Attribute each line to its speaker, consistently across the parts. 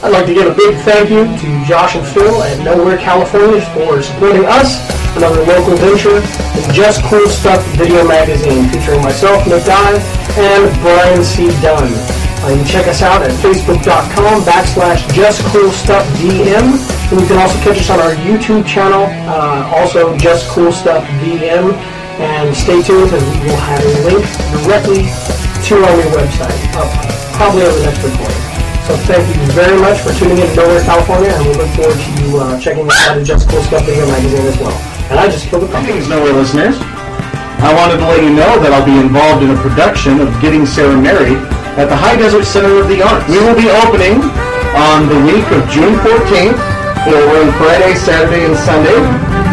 Speaker 1: I'd like to give a big thank you to Josh and Phil at Nowhere California for supporting us, another local venture, and Just Cool Stuff video magazine featuring myself, Nick Dye, and Brian C. Dunn. Uh, you can check us out at facebook.com backslash justcoolstuffdm. And you can also catch us on our YouTube channel, uh, also Just Cool Stuff VM. And stay tuned because we will have a link directly to our new website up probably over the next recording. So thank you very much for tuning in to Nowhere, California, and we look forward to you uh, checking us out at Just Cool Stuff Video magazine as well. And I just killed a puppy.
Speaker 2: Greetings, Nowhere listeners. I wanted to let you know that I'll be involved in a production of Getting Sarah Married at the High Desert Center of the Arts. We will be opening on the week of June 14th. We'll run Friday, Saturday, and Sunday.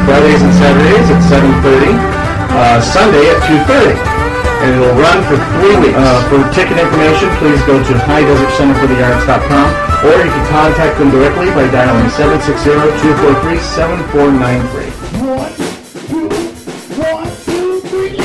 Speaker 2: Fridays and Saturdays at 7.30. Uh, Sunday at 2.30. And it'll run for three weeks. Uh, for ticket information, please go to highdesertcenterforthearts.com or you can contact them directly by dialing 760-243-7493.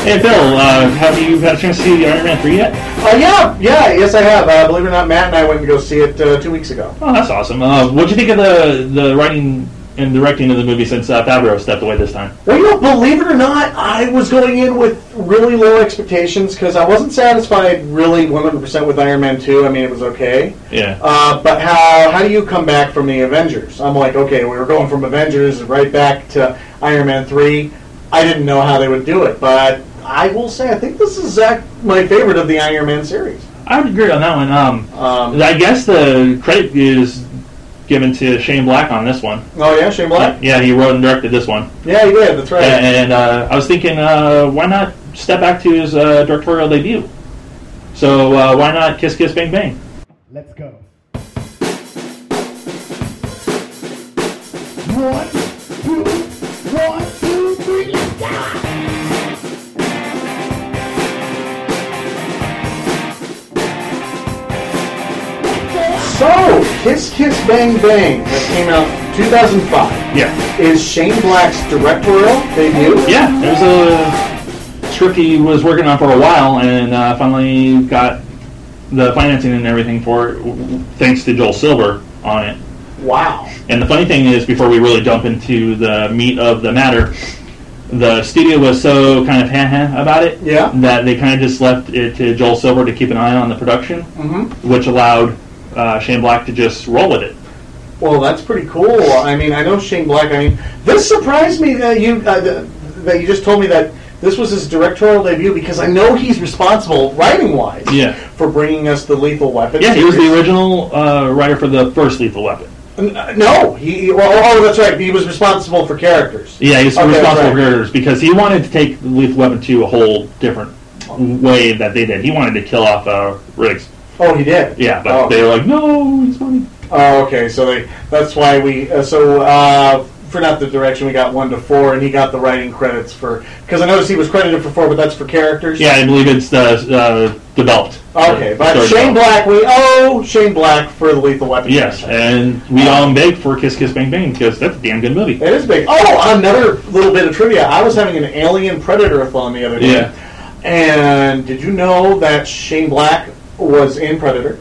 Speaker 3: Hey Bill, uh, have you had a chance to see Iron Man 3 yet?
Speaker 2: Uh, yeah, yeah, yes, I have. Uh, believe it or not, Matt and I went to go see it uh, two weeks ago.
Speaker 3: Oh, that's awesome. Uh, what'd you think of the the writing and directing of the movie since uh, Favreau stepped away this time?
Speaker 2: Well, you know, believe it or not, I was going in with really low expectations because I wasn't satisfied really 100% with Iron Man 2. I mean, it was okay.
Speaker 3: Yeah.
Speaker 2: Uh, but how how do you come back from the Avengers? I'm like, okay, we were going from Avengers right back to Iron Man three. I didn't know how they would do it, but I will say I think this is uh, my favorite of the Iron Man series.
Speaker 3: I would agree on that one. Um,
Speaker 2: Um,
Speaker 3: I guess the credit is given to Shane Black on this one.
Speaker 2: oh yeah, Shane Black.
Speaker 3: Yeah, he wrote and directed this one.
Speaker 2: Yeah, he did. That's right.
Speaker 3: And uh, I was thinking, uh, why not step back to his uh, directorial debut? So uh, why not Kiss Kiss Bang Bang?
Speaker 4: Let's go.
Speaker 2: So, Kiss Kiss Bang Bang, that came out 2005,
Speaker 3: Yeah.
Speaker 2: is Shane Black's directorial debut.
Speaker 3: Yeah, there was a script he was working on for a while, and uh, finally got the financing and everything for it, w- w- thanks to Joel Silver on it.
Speaker 2: Wow.
Speaker 3: And the funny thing is, before we really jump into the meat of the matter, the studio was so kind of ha about it
Speaker 2: Yeah.
Speaker 3: that they kind of just left it to Joel Silver to keep an eye on the production,
Speaker 2: hmm
Speaker 3: which allowed uh, Shane Black to just roll with it.
Speaker 2: Well, that's pretty cool. I mean, I know Shane Black. I mean, this surprised me that you uh, th- that you just told me that this was his directorial debut because I know he's responsible writing wise
Speaker 3: Yeah.
Speaker 2: for bringing us the Lethal Weapon.
Speaker 3: Yeah, he was the
Speaker 2: series.
Speaker 3: original uh, writer for the first Lethal Weapon.
Speaker 2: N- uh, No, he. Well, oh, that's right. He was responsible for characters.
Speaker 3: Yeah, he's
Speaker 2: Okay,
Speaker 3: responsible
Speaker 2: right.
Speaker 3: for characters because he wanted to take Lethal Weapon 2 a whole different way that they did. He wanted to kill off uh, Riggs.
Speaker 2: Oh, he did.
Speaker 3: Yeah, but
Speaker 2: Oh.
Speaker 3: they were like, no, he's funny.
Speaker 2: Oh, okay. So they, that's why we. Uh, so uh, for not the direction, we got one to four, and he got the writing credits for. Because I noticed he was credited for four, but that's for characters.
Speaker 3: Yeah, I believe it's uh, uh, developed.
Speaker 2: Okay, but
Speaker 3: Sorry,
Speaker 2: Shane
Speaker 3: developed.
Speaker 2: Black, we owe Shane Black for the Lethal Weapon.
Speaker 3: Yes,
Speaker 2: franchise.
Speaker 3: and we all beg for Kiss Kiss Bang Bang because that's a damn good movie.
Speaker 2: it is big. Oh, another little bit of trivia. I was having an Alien Predator-a-thon the other day.
Speaker 3: Yeah.
Speaker 2: And did you know that Shane Black was in Predator?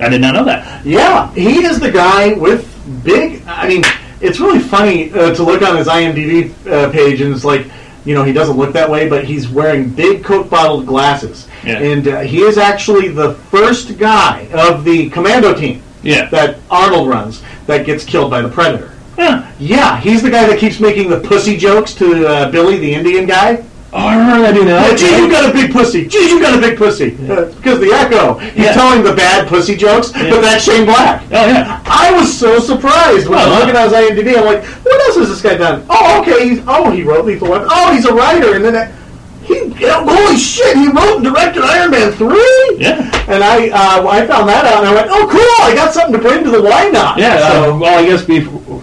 Speaker 3: I did not know that.
Speaker 2: Yeah, he is the guy with big. I mean, it's really funny uh, to look on his IMDb uh, page, and it's like, you know, he doesn't look that way, but he's wearing big Coke bottled glasses,
Speaker 3: Yeah.
Speaker 2: and uh, he is actually the first guy of the Commando team
Speaker 3: Yeah.
Speaker 2: that Arnold runs that gets killed by the Predator.
Speaker 3: yeah.
Speaker 2: Yeah, he's the guy that keeps making the pussy jokes to uh, Billy, the Indian guy.
Speaker 3: Oh, I remember that dude. now.
Speaker 2: Oh, gee, you got a big pussy. Gee, you got a big pussy. Uh, because the echo. He's
Speaker 3: Yeah.
Speaker 2: telling the bad pussy jokes,
Speaker 3: Yeah.
Speaker 2: but that's Shane Black.
Speaker 3: Oh, yeah.
Speaker 2: I was so surprised when I was
Speaker 3: Well,
Speaker 2: looking at his IMDb. I'm like, what else has this guy done? Oh, okay. He's, oh, he wrote Lethal Weapon. Oh, he's a writer. And then I, he, you know, holy shit, he wrote and directed Iron Man three.
Speaker 3: Yeah.
Speaker 2: And I, uh, I found that out, and I went, oh, cool. I got something to bring to the why not?
Speaker 3: Yeah. uh,
Speaker 2: So,
Speaker 3: well, I guess before,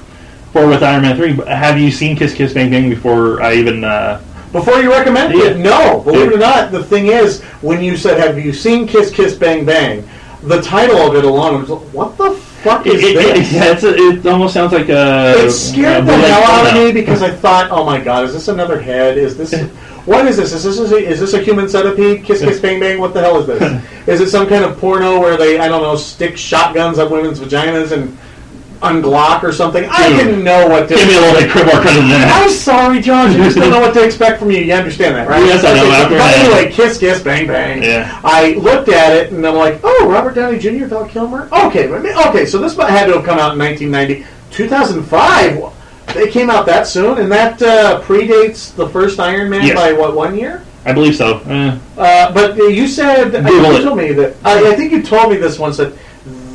Speaker 3: before with Iron Man 3, but have you seen Kiss Kiss Bang Bang before I even. Uh,
Speaker 2: before you recommend
Speaker 3: Yeah.
Speaker 2: it, no, believe it
Speaker 3: Yeah.
Speaker 2: or not. The thing is, when you said, have you seen Kiss Kiss Bang Bang? The title of it alone was, what the fuck is
Speaker 3: it, it-
Speaker 2: this?
Speaker 3: yeah, it's a, it almost sounds like a.
Speaker 2: It scared
Speaker 3: a
Speaker 2: the
Speaker 3: bullet
Speaker 2: hell out of
Speaker 3: pullout.
Speaker 2: me because I thought, oh my god, is this another head? Is this What is this? Is this is, is this a human centipede? Kiss kiss bang bang. What the hell is this? is it some kind of porno where they I don't know stick shotguns up women's vaginas and unglock or something? I
Speaker 3: Dude.
Speaker 2: didn't know what to.
Speaker 3: Give me a little bit cri- more credit than that.
Speaker 2: I'm sorry, Josh. You just don't know what to expect from you. You understand that, right?
Speaker 3: Yes, I know.
Speaker 2: Okay, so-
Speaker 3: I've
Speaker 2: By
Speaker 3: heard
Speaker 2: the
Speaker 3: that.
Speaker 2: way, kiss, kiss, bang, bang.
Speaker 3: Yeah.
Speaker 2: I looked at it and I'm like, oh, Robert Downey Jr., Val Kilmer. Okay, but- okay. So this might- had to have come out in 1990, 2005. They came out that soon, and that uh, predates the first Iron Man
Speaker 3: Yes.
Speaker 2: by what one year?
Speaker 3: I believe so. Eh.
Speaker 2: Uh, but uh, you said I think
Speaker 3: Google
Speaker 2: you
Speaker 3: it.
Speaker 2: told me that I, I think you told me this once that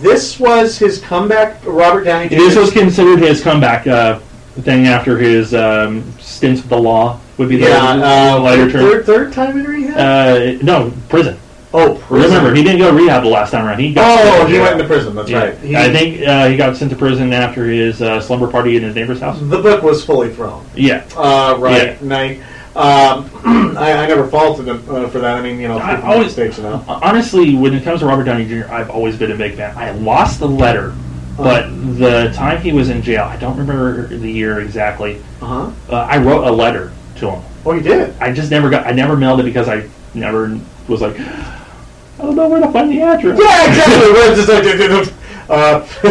Speaker 2: this was his comeback, Robert Downey Jr.
Speaker 3: This was considered his comeback uh, thing after his um, stints with the law would be the
Speaker 2: yeah, uh,
Speaker 3: lighter term.
Speaker 2: third third time in rehab.
Speaker 3: Uh, no, prison.
Speaker 2: oh, prison.
Speaker 3: Remember, he didn't go to rehab the last time around. He got sent
Speaker 2: Oh,
Speaker 3: to
Speaker 2: he
Speaker 3: jail.
Speaker 2: went into prison. That's
Speaker 3: Yeah.
Speaker 2: right. He,
Speaker 3: I think uh, he got sent to prison after his uh, slumber party in his neighbor's house.
Speaker 2: the book was fully thrown.
Speaker 3: Yeah.
Speaker 2: Uh, right.
Speaker 3: Yeah.
Speaker 2: Night. Um, I, I never faulted him uh, for that. I mean, you know,
Speaker 3: I
Speaker 2: people make
Speaker 3: always-
Speaker 2: mistakes, you know.
Speaker 3: Honestly, when it comes to Robert Downey Jr., I've always been a big fan. I lost the letter,
Speaker 2: Uh-huh.
Speaker 3: but the time he was in jail, I don't remember the year exactly.
Speaker 2: Uh huh.
Speaker 3: Uh, I wrote a letter to him.
Speaker 2: Oh, you did.
Speaker 3: I just never got. I never mailed it because I never was like, I don't know where to find the address.
Speaker 2: Yeah, exactly. We're just like, uh,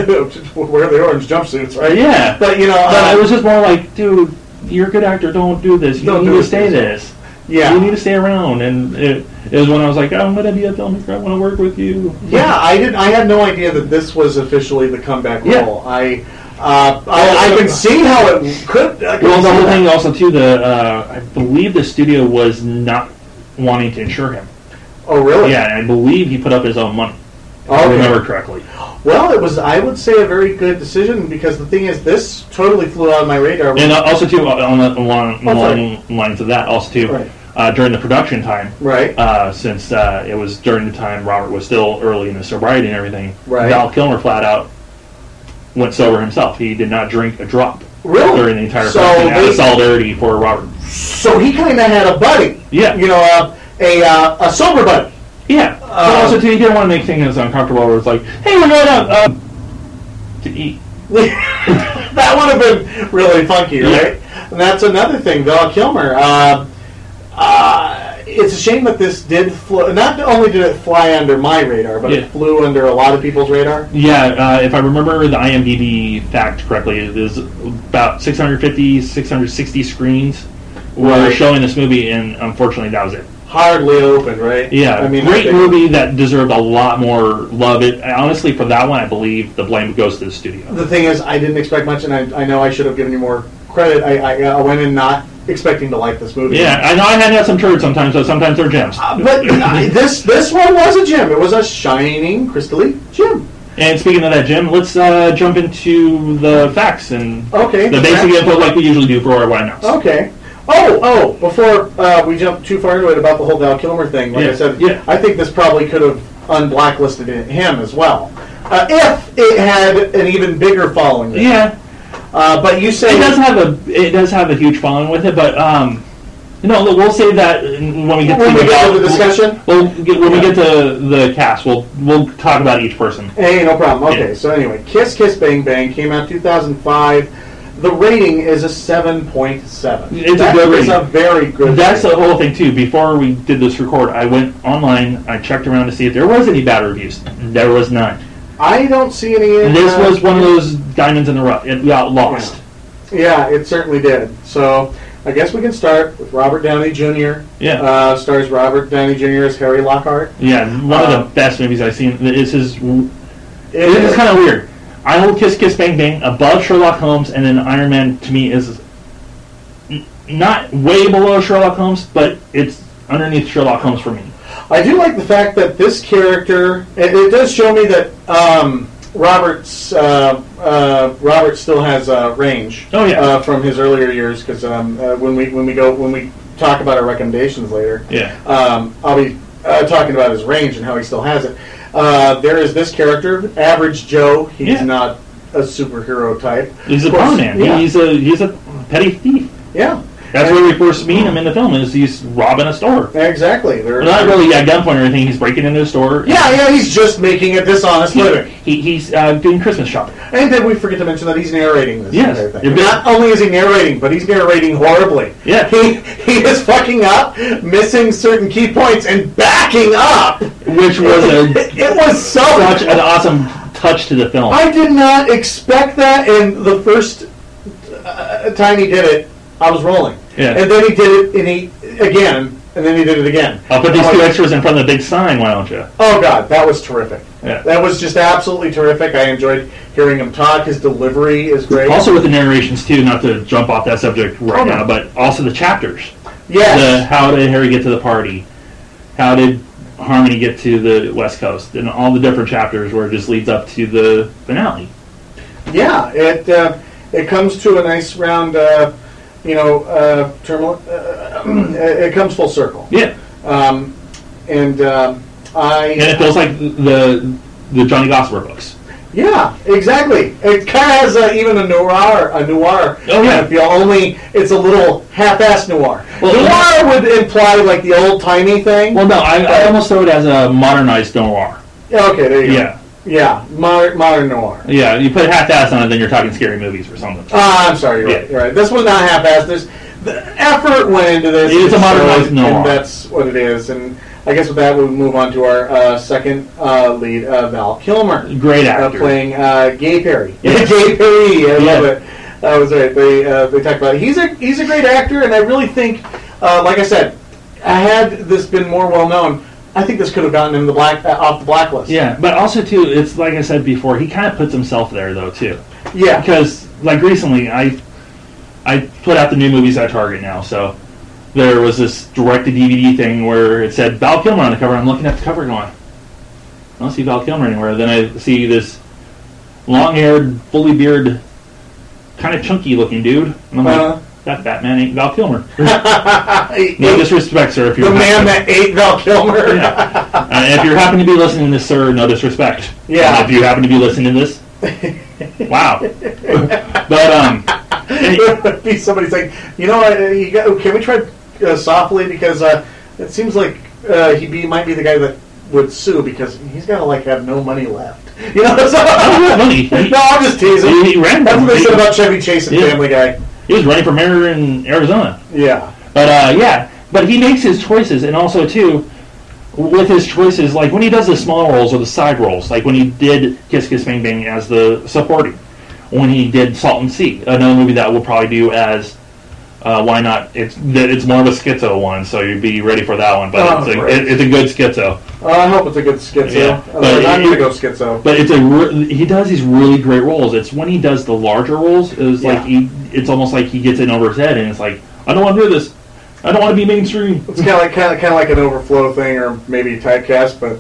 Speaker 2: wear the orange jumpsuits, right?
Speaker 3: Yeah.
Speaker 2: But you know,
Speaker 3: But I
Speaker 2: uh,
Speaker 3: was just more like, dude, you're a good actor. Don't do this. You
Speaker 2: Don't
Speaker 3: need
Speaker 2: do
Speaker 3: to
Speaker 2: it.
Speaker 3: stay this.
Speaker 2: yeah.
Speaker 3: You need to stay around. And it, it was when I was like, I'm gonna be a filmmaker. I want to work with you.
Speaker 2: Yeah, I didn't. I had no idea that this was officially the comeback
Speaker 3: Yeah.
Speaker 2: role. I, uh, I, I can see how it could. I can
Speaker 3: Well, the
Speaker 2: see
Speaker 3: whole
Speaker 2: that.
Speaker 3: thing also too. The uh, I believe the studio was not wanting to insure him.
Speaker 2: Oh, really?
Speaker 3: Yeah, and I believe he put up his own money. If I
Speaker 2: Oh, Okay.
Speaker 3: remember correctly.
Speaker 2: Well, it was. I would say a very good decision because the thing is, this totally flew out of my radar.
Speaker 3: And uh, also too, uh, on the along,
Speaker 2: Oh, sorry.
Speaker 3: along lines of that, also too,
Speaker 2: Right.
Speaker 3: uh, during the production time,
Speaker 2: right.
Speaker 3: uh, since uh, it was during the time Robert was still early in his sobriety and everything,
Speaker 2: Right.
Speaker 3: Val Kilmer flat out went sober himself. He did not drink a drop
Speaker 2: Really?
Speaker 3: during the entire
Speaker 2: So
Speaker 3: production out
Speaker 2: they-
Speaker 3: of solidarity for Robert.
Speaker 2: So he kind of had a buddy.
Speaker 3: Yeah.
Speaker 2: You know, uh, a uh, a sober buddy.
Speaker 3: Yeah.
Speaker 2: Uh,
Speaker 3: but also, too, he didn't want to make things uncomfortable where it's like, hey, we're going out uh, to eat.
Speaker 2: that would have been really funky,
Speaker 3: Yeah.
Speaker 2: right? And that's another thing, Val Kilmer. Uh, uh, it's a shame that this did flo- not only did it fly under my radar, but
Speaker 3: Yeah.
Speaker 2: it flew under a lot of people's radar.
Speaker 3: Yeah, uh, if I remember the IMDb fact correctly, it is about 650, 660 screens were
Speaker 2: Right.
Speaker 3: showing this movie, and unfortunately, that was it.
Speaker 2: Hardly opened, right?
Speaker 3: Yeah,
Speaker 2: I mean,
Speaker 3: great
Speaker 2: I think-
Speaker 3: movie that deserved a lot more love. It honestly, for that one, I believe the blame goes to the studio.
Speaker 2: The thing is, I didn't expect much, and I, I know I should have given you more credit. I, I, I went in not expecting to like this movie.
Speaker 3: Yeah, I know I had some turds sometimes, but sometimes they're gems.
Speaker 2: Uh, but I, this this one was a gem. It was a shining, crystally gem.
Speaker 3: And speaking of that, Jim, let's uh, jump into the facts and
Speaker 2: Okay.
Speaker 3: the basic info like we usually do for our wine house.
Speaker 2: Okay. Oh, oh! Before uh, we jump too far into it about the whole Val Kilmer thing, like I
Speaker 3: Yeah,
Speaker 2: said,
Speaker 3: yeah.
Speaker 2: I think this probably could have unblacklisted it- him as well, uh, if it had an even bigger following.
Speaker 3: Yeah,
Speaker 2: Uh, but you say
Speaker 3: it does have a it does have a huge following with it, but um, no, look, we'll save that when we get to
Speaker 2: When we get to the discussion?
Speaker 3: We'll, we'll get, when we get to the cast, we'll we'll talk about each person.
Speaker 2: Hey, no problem. Okay,
Speaker 3: Yeah.
Speaker 2: so anyway, Kiss Kiss Bang Bang came out 2005. The rating is a 7.7.
Speaker 3: It's a
Speaker 2: That
Speaker 3: good
Speaker 2: is
Speaker 3: rating.
Speaker 2: a very good
Speaker 3: That's
Speaker 2: rating.
Speaker 3: the whole thing too. Before we did this record, I went online, I checked around to see if there was any bad reviews. There was none.
Speaker 2: I don't see any. in,
Speaker 3: This
Speaker 2: uh,
Speaker 3: was one of those diamonds in the rough. It got lost.
Speaker 2: Yeah, it certainly did. So I guess we can start with Robert Downey Jr.
Speaker 3: Yeah.
Speaker 2: Uh, stars Robert Downey Jr. as Harry Lockhart.
Speaker 3: Yeah, one
Speaker 2: Uh,
Speaker 3: of the best movies I've seen. It's his.
Speaker 2: It
Speaker 3: It is kind of weird. I hold Kiss Kiss Bang Bang above Sherlock Holmes, and then Iron Man to me is n- not way below Sherlock Holmes, but it's underneath Sherlock Holmes for me.
Speaker 2: I do like the fact that this character. It, it does show me that um, Robert's uh, uh, Robert still has uh, range.
Speaker 3: Oh, yeah.
Speaker 2: Uh, from his earlier years, because um, uh, when we when we go when we talk about our recommendations later,
Speaker 3: Yeah.
Speaker 2: um, I'll be uh, talking about his range and how he still has it. Uh, there is this character, Average Joe. He's
Speaker 3: Yeah.
Speaker 2: not a superhero type.
Speaker 3: He's a
Speaker 2: Of course,
Speaker 3: con man.
Speaker 2: Yeah.
Speaker 3: He's a he's a petty thief.
Speaker 2: yeah.
Speaker 3: That's where we first meet him in the film. Is he's robbing a store?
Speaker 2: Exactly. They're,
Speaker 3: Not really at gunpoint or anything. He's breaking into a store.
Speaker 2: yeah, yeah, he's just making a dishonest
Speaker 3: He,
Speaker 2: living.
Speaker 3: he, he's uh, doing Christmas shopping.
Speaker 2: And then we forget to mention that he's narrating this
Speaker 3: Yes.
Speaker 2: entire thing.
Speaker 3: You're good.
Speaker 2: Not only is he narrating, but he's narrating horribly.
Speaker 3: Yeah.
Speaker 2: He, he is fucking up, missing certain key points, and backing up.
Speaker 3: Which was a,
Speaker 2: It, it was so
Speaker 3: such an awesome touch to the film.
Speaker 2: I did not expect that, and the first uh, time he did it, I was rolling.
Speaker 3: Yeah.
Speaker 2: And then he did it, and he again, and then he did it again.
Speaker 3: I'll put Oh, these
Speaker 2: I'm
Speaker 3: two
Speaker 2: like,
Speaker 3: extras in front of the big sign. Why don't you?
Speaker 2: Oh God, that was terrific.
Speaker 3: Yeah.
Speaker 2: That was just absolutely terrific. I enjoyed hearing him talk. His delivery is great.
Speaker 3: Also with the narrations too. Not to jump off that subject right
Speaker 2: Oh, no.
Speaker 3: now, but also the chapters. the
Speaker 2: yes,
Speaker 3: how did Harry get to the party? How did Harmony get to the West Coast? And all the different chapters where it just leads up to the finale.
Speaker 2: yeah. It uh, it comes to a nice round, uh, you know, uh, terminal. Uh, it it comes full circle.
Speaker 3: Yeah,
Speaker 2: Um, and um, I
Speaker 3: and it feels like the the Johnny Gosper books.
Speaker 2: Yeah, exactly. It kind of has a, even a noir, a noir
Speaker 3: Oh, yeah.
Speaker 2: kind of feel. Only it's a little half-ass noir.
Speaker 3: Well,
Speaker 2: noir would imply like the old timey thing.
Speaker 3: Well, no, I, I almost throw it as a modernized noir.
Speaker 2: yeah, okay, there you
Speaker 3: Yeah,
Speaker 2: go. Yeah, modern, modern noir.
Speaker 3: yeah. You put half-ass on it, then you're talking scary movies or something.
Speaker 2: Ah, I'm sorry, you're
Speaker 3: Yeah.
Speaker 2: right. You're right. This was not half-assed. There's the effort went into this.
Speaker 3: It is a modernized
Speaker 2: and
Speaker 3: noir.
Speaker 2: that's what it is. And I guess with that, we'll move on to our uh, second uh, lead, uh, Val Kilmer.
Speaker 3: Great
Speaker 2: uh,
Speaker 3: actor.
Speaker 2: playing uh, Gay Perry.
Speaker 3: Yeah.
Speaker 2: Gay Perry, I love
Speaker 3: Yeah.
Speaker 2: it. That was right. They uh, they talked about it. He's a he's a great actor, and I really think, uh, like I said, I had this been more well known, I think this could have gotten him the black uh, off the blacklist.
Speaker 3: yeah, but also too, it's like I said before, he kind of puts himself there though too.
Speaker 2: yeah,
Speaker 3: because like recently I I put out the new movies at Target now, so there was this direct to DVD thing where it said Val Kilmer on the cover. I'm looking at the cover going, I don't see Val Kilmer anywhere. Then I see this long haired, fully bearded, kind of chunky looking dude, and I'm
Speaker 2: Uh-huh.
Speaker 3: like, that Batman ain't Val Kilmer.
Speaker 2: I-
Speaker 3: no disrespect, sir. If
Speaker 2: the
Speaker 3: you're
Speaker 2: man that ate Val Kilmer.
Speaker 3: yeah. Uh, And if you happen to be listening to this, sir, no disrespect.
Speaker 2: Yeah.
Speaker 3: And if you happen to be listening to this, wow. but um, it-
Speaker 2: It would be somebody saying, you know, what, uh, you got, can we try uh, softly because uh, it seems like uh, he be, might be the guy that would sue because he's gonna like have no money left. You know, so,
Speaker 3: Oh, money.
Speaker 2: no, I'm just teasing.
Speaker 3: He- he ran
Speaker 2: That's
Speaker 3: from
Speaker 2: what they
Speaker 3: it.
Speaker 2: said about Chevy Chase and
Speaker 3: Yeah.
Speaker 2: Family Guy.
Speaker 3: he was running for mayor in Arizona.
Speaker 2: Yeah,
Speaker 3: But uh, yeah, but he makes his choices, and also too, with his choices, like when he does the small roles or the side roles, like when he did Kiss Kiss Bang Bang as the supporting, when he did Salt and Sea, another movie that we'll probably do as. Uh, why not? It's that it's more of a schizo one, so you'd be ready for that one. But
Speaker 2: Oh,
Speaker 3: it's, a,
Speaker 2: right.
Speaker 3: it, it's a good schizo.
Speaker 2: uh, I hope it's a good schizo.
Speaker 3: Yeah,
Speaker 2: Otherwise,
Speaker 3: but
Speaker 2: I'm
Speaker 3: it-
Speaker 2: gonna go schizo.
Speaker 3: But it's a re- he does these really great roles. It's when he does the larger roles, it's
Speaker 2: Yeah.
Speaker 3: like he, it's almost like he gets in over his head, and it's like I don't want to do this. I don't want to be mainstream.
Speaker 2: It's kind of like kind of kind of like an overflow thing, or maybe typecast, but.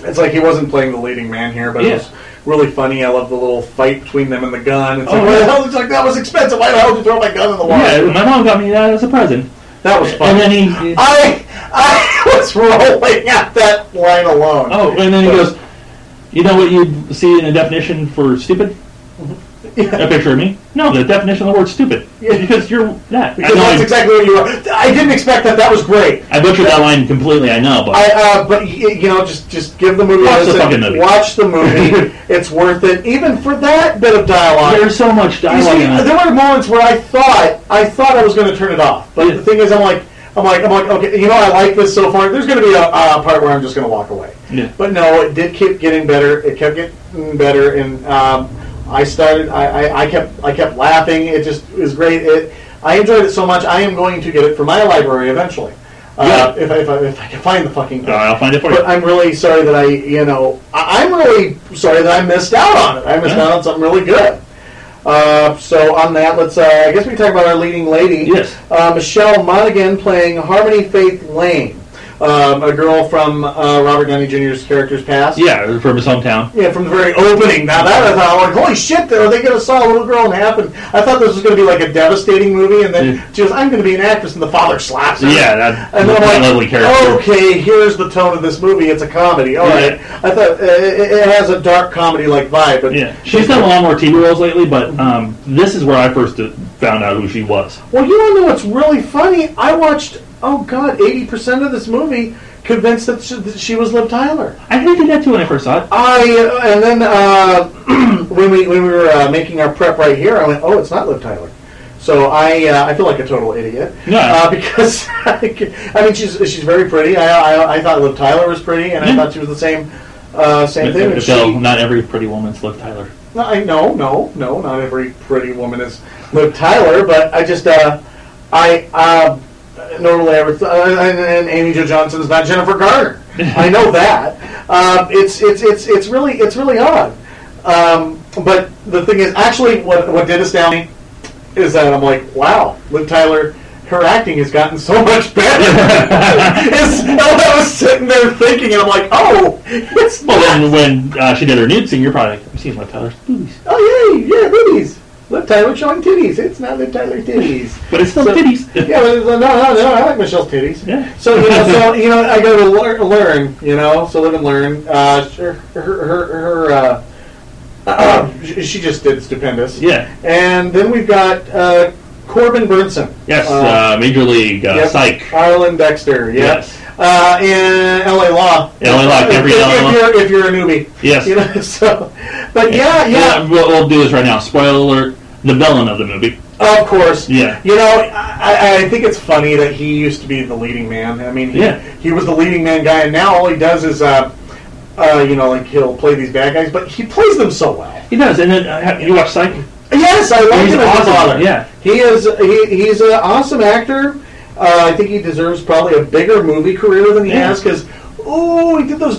Speaker 2: It's like he wasn't playing the leading man here, but
Speaker 3: Yeah.
Speaker 2: it was really funny. I love the little fight between them and the gun. It's
Speaker 3: Oh,
Speaker 2: like, why the
Speaker 3: yeah.
Speaker 2: hell? It's like that was expensive. Why the hell did you throw my gun in the water?
Speaker 3: Yeah, my mom got me that as a present,
Speaker 2: That was fun. Oh.
Speaker 3: and then he
Speaker 2: I I was rolling at that line alone.
Speaker 3: oh, and then he goes, you know what you see in a definition for stupid? A picture of me? No, the definition of the word stupid
Speaker 2: Mm-hmm. Yeah.
Speaker 3: because you're that.
Speaker 2: because
Speaker 3: I, know
Speaker 2: that's
Speaker 3: I-
Speaker 2: exactly what you were. I didn't expect that. That was great.
Speaker 3: I butchered that line completely. I know, but
Speaker 2: I uh, but y- you know, just just give the movie.
Speaker 3: Watch
Speaker 2: a
Speaker 3: the
Speaker 2: listen.
Speaker 3: fucking movie.
Speaker 2: Watch the movie. it's worth it, even for that bit of dialogue.
Speaker 3: there's so much
Speaker 2: You
Speaker 3: dialogue.
Speaker 2: see,
Speaker 3: in it.
Speaker 2: there were moments where I thought I thought I was going to turn it off, but
Speaker 3: Yeah.
Speaker 2: the thing is, I'm like, I'm like, I'm like, okay, you know, I like this so far. There's going to be a uh, part where I'm just going to walk away.
Speaker 3: Yeah.
Speaker 2: But no, it did keep getting better. It kept getting better, and um, I started. I, I, I kept I kept laughing. It just was great. It I enjoyed it so much. I am going to get it for my library eventually. Uh,
Speaker 3: Yeah.
Speaker 2: if, I, if, I, if I can find the fucking thing.
Speaker 3: Uh, I'll find it for you.
Speaker 2: But I'm really sorry that I, you know, I- I'm really sorry that I missed out on it. I missed
Speaker 3: Yeah.
Speaker 2: out on something really good. Uh, so on that, let's. Uh, I guess we can talk about our leading lady.
Speaker 3: Yes.
Speaker 2: Uh, Michelle Monaghan playing Harmony Faith Lane. um, a girl from uh, Robert Downey Jr.'s character's past.
Speaker 3: Yeah, from his hometown.
Speaker 2: Yeah, from the very opening. Now that I thought, I'm like, holy shit, are they going to saw a little girl in half? And I thought this was going to be like a devastating movie, and then
Speaker 3: Yeah.
Speaker 2: she goes, I'm going to be an actress, and the father slaps her.
Speaker 3: Mm. Yeah, that,
Speaker 2: And then
Speaker 3: that
Speaker 2: I'm
Speaker 3: lovely
Speaker 2: like,
Speaker 3: character.
Speaker 2: okay, here's the tone of this movie. It's a comedy. All
Speaker 3: Yeah.
Speaker 2: right. I thought uh, it, it has a dark comedy like vibe, but
Speaker 3: Yeah, she's done a lot more TV roles lately, but um, this is where I first uh, found out who she was.
Speaker 2: Well, you want to know what's really funny? I watched, oh god, 80% of this movie convinced that she, that she was Liv Tyler.
Speaker 3: I hated that too when I first saw it.
Speaker 2: I, uh, and then uh, when, we, when we were uh, making our prep right here, I went, oh, it's not Liv Tyler. So I, uh, I feel like a total idiot.
Speaker 3: No.
Speaker 2: Uh, because, I, c- I mean, she's, she's very pretty. I, I, I thought Liv Tyler was pretty, and I
Speaker 3: Yeah.
Speaker 2: thought she was the same. Uh, same thing. And
Speaker 3: Adele,
Speaker 2: she-
Speaker 3: not every pretty woman's Liv Tyler.
Speaker 2: no, I, no, no, no, not every pretty woman is Liv Tyler, but I just, uh, I, uh, normally I would, uh, and, and Amy Jo Johnson is not Jennifer Garner. I know that. Um, it's, it's, it's, it's really, it's really odd. Um, but the thing is, actually, what, what did astound me is that I'm like, wow, Liv Tyler, her acting has gotten so much better. it's, I was sitting there thinking, and I'm like, oh, it's
Speaker 3: Well, then when uh, she did her nude scene, you're probably like, I'm seeing Liv Tyler's boobies.
Speaker 2: Oh yay, yeah, titties. Liv Tyler showing titties. It's not Liv Tyler titties.
Speaker 3: But it's still
Speaker 2: So-
Speaker 3: titties.
Speaker 2: yeah, but it's- no, no, no. I like Michelle's titties.
Speaker 3: Yeah.
Speaker 2: So you know, so you know, I go to learn, learn you know, so live and learn. Uh, her, her, her, her uh, she she just did stupendous.
Speaker 3: Yeah.
Speaker 2: And then we've got uh, Corbin Burnson.
Speaker 3: Yes,
Speaker 2: Uh,
Speaker 3: uh, Major League uh,
Speaker 2: Yep.
Speaker 3: Psych.
Speaker 2: Arlen Dexter. Yep.
Speaker 3: Yes.
Speaker 2: Uh, and LA Law.
Speaker 3: LA Law, every
Speaker 2: if,
Speaker 3: LA Law.
Speaker 2: if you're, if you're a newbie.
Speaker 3: Yes.
Speaker 2: You know, so, but yeah, yeah.
Speaker 3: We'll, we'll do this right now. Spoiler alert: the villain of the movie.
Speaker 2: Of course.
Speaker 3: Yeah.
Speaker 2: You know, I, I think it's funny that he used to be the leading man. I mean, he,
Speaker 3: Yeah.
Speaker 2: he was the leading man guy, and now all he does is, uh, uh, you know, like he'll play these bad guys, but he plays them so well.
Speaker 3: He does, and then uh, have you watch Psych?
Speaker 2: Yes, I love
Speaker 3: He's
Speaker 2: him as a
Speaker 3: awesome,
Speaker 2: father.
Speaker 3: yeah.
Speaker 2: he is. He, he's an awesome actor. Uh, I think he deserves probably a bigger movie career than he
Speaker 3: Yeah.
Speaker 2: has because. Oh, he did those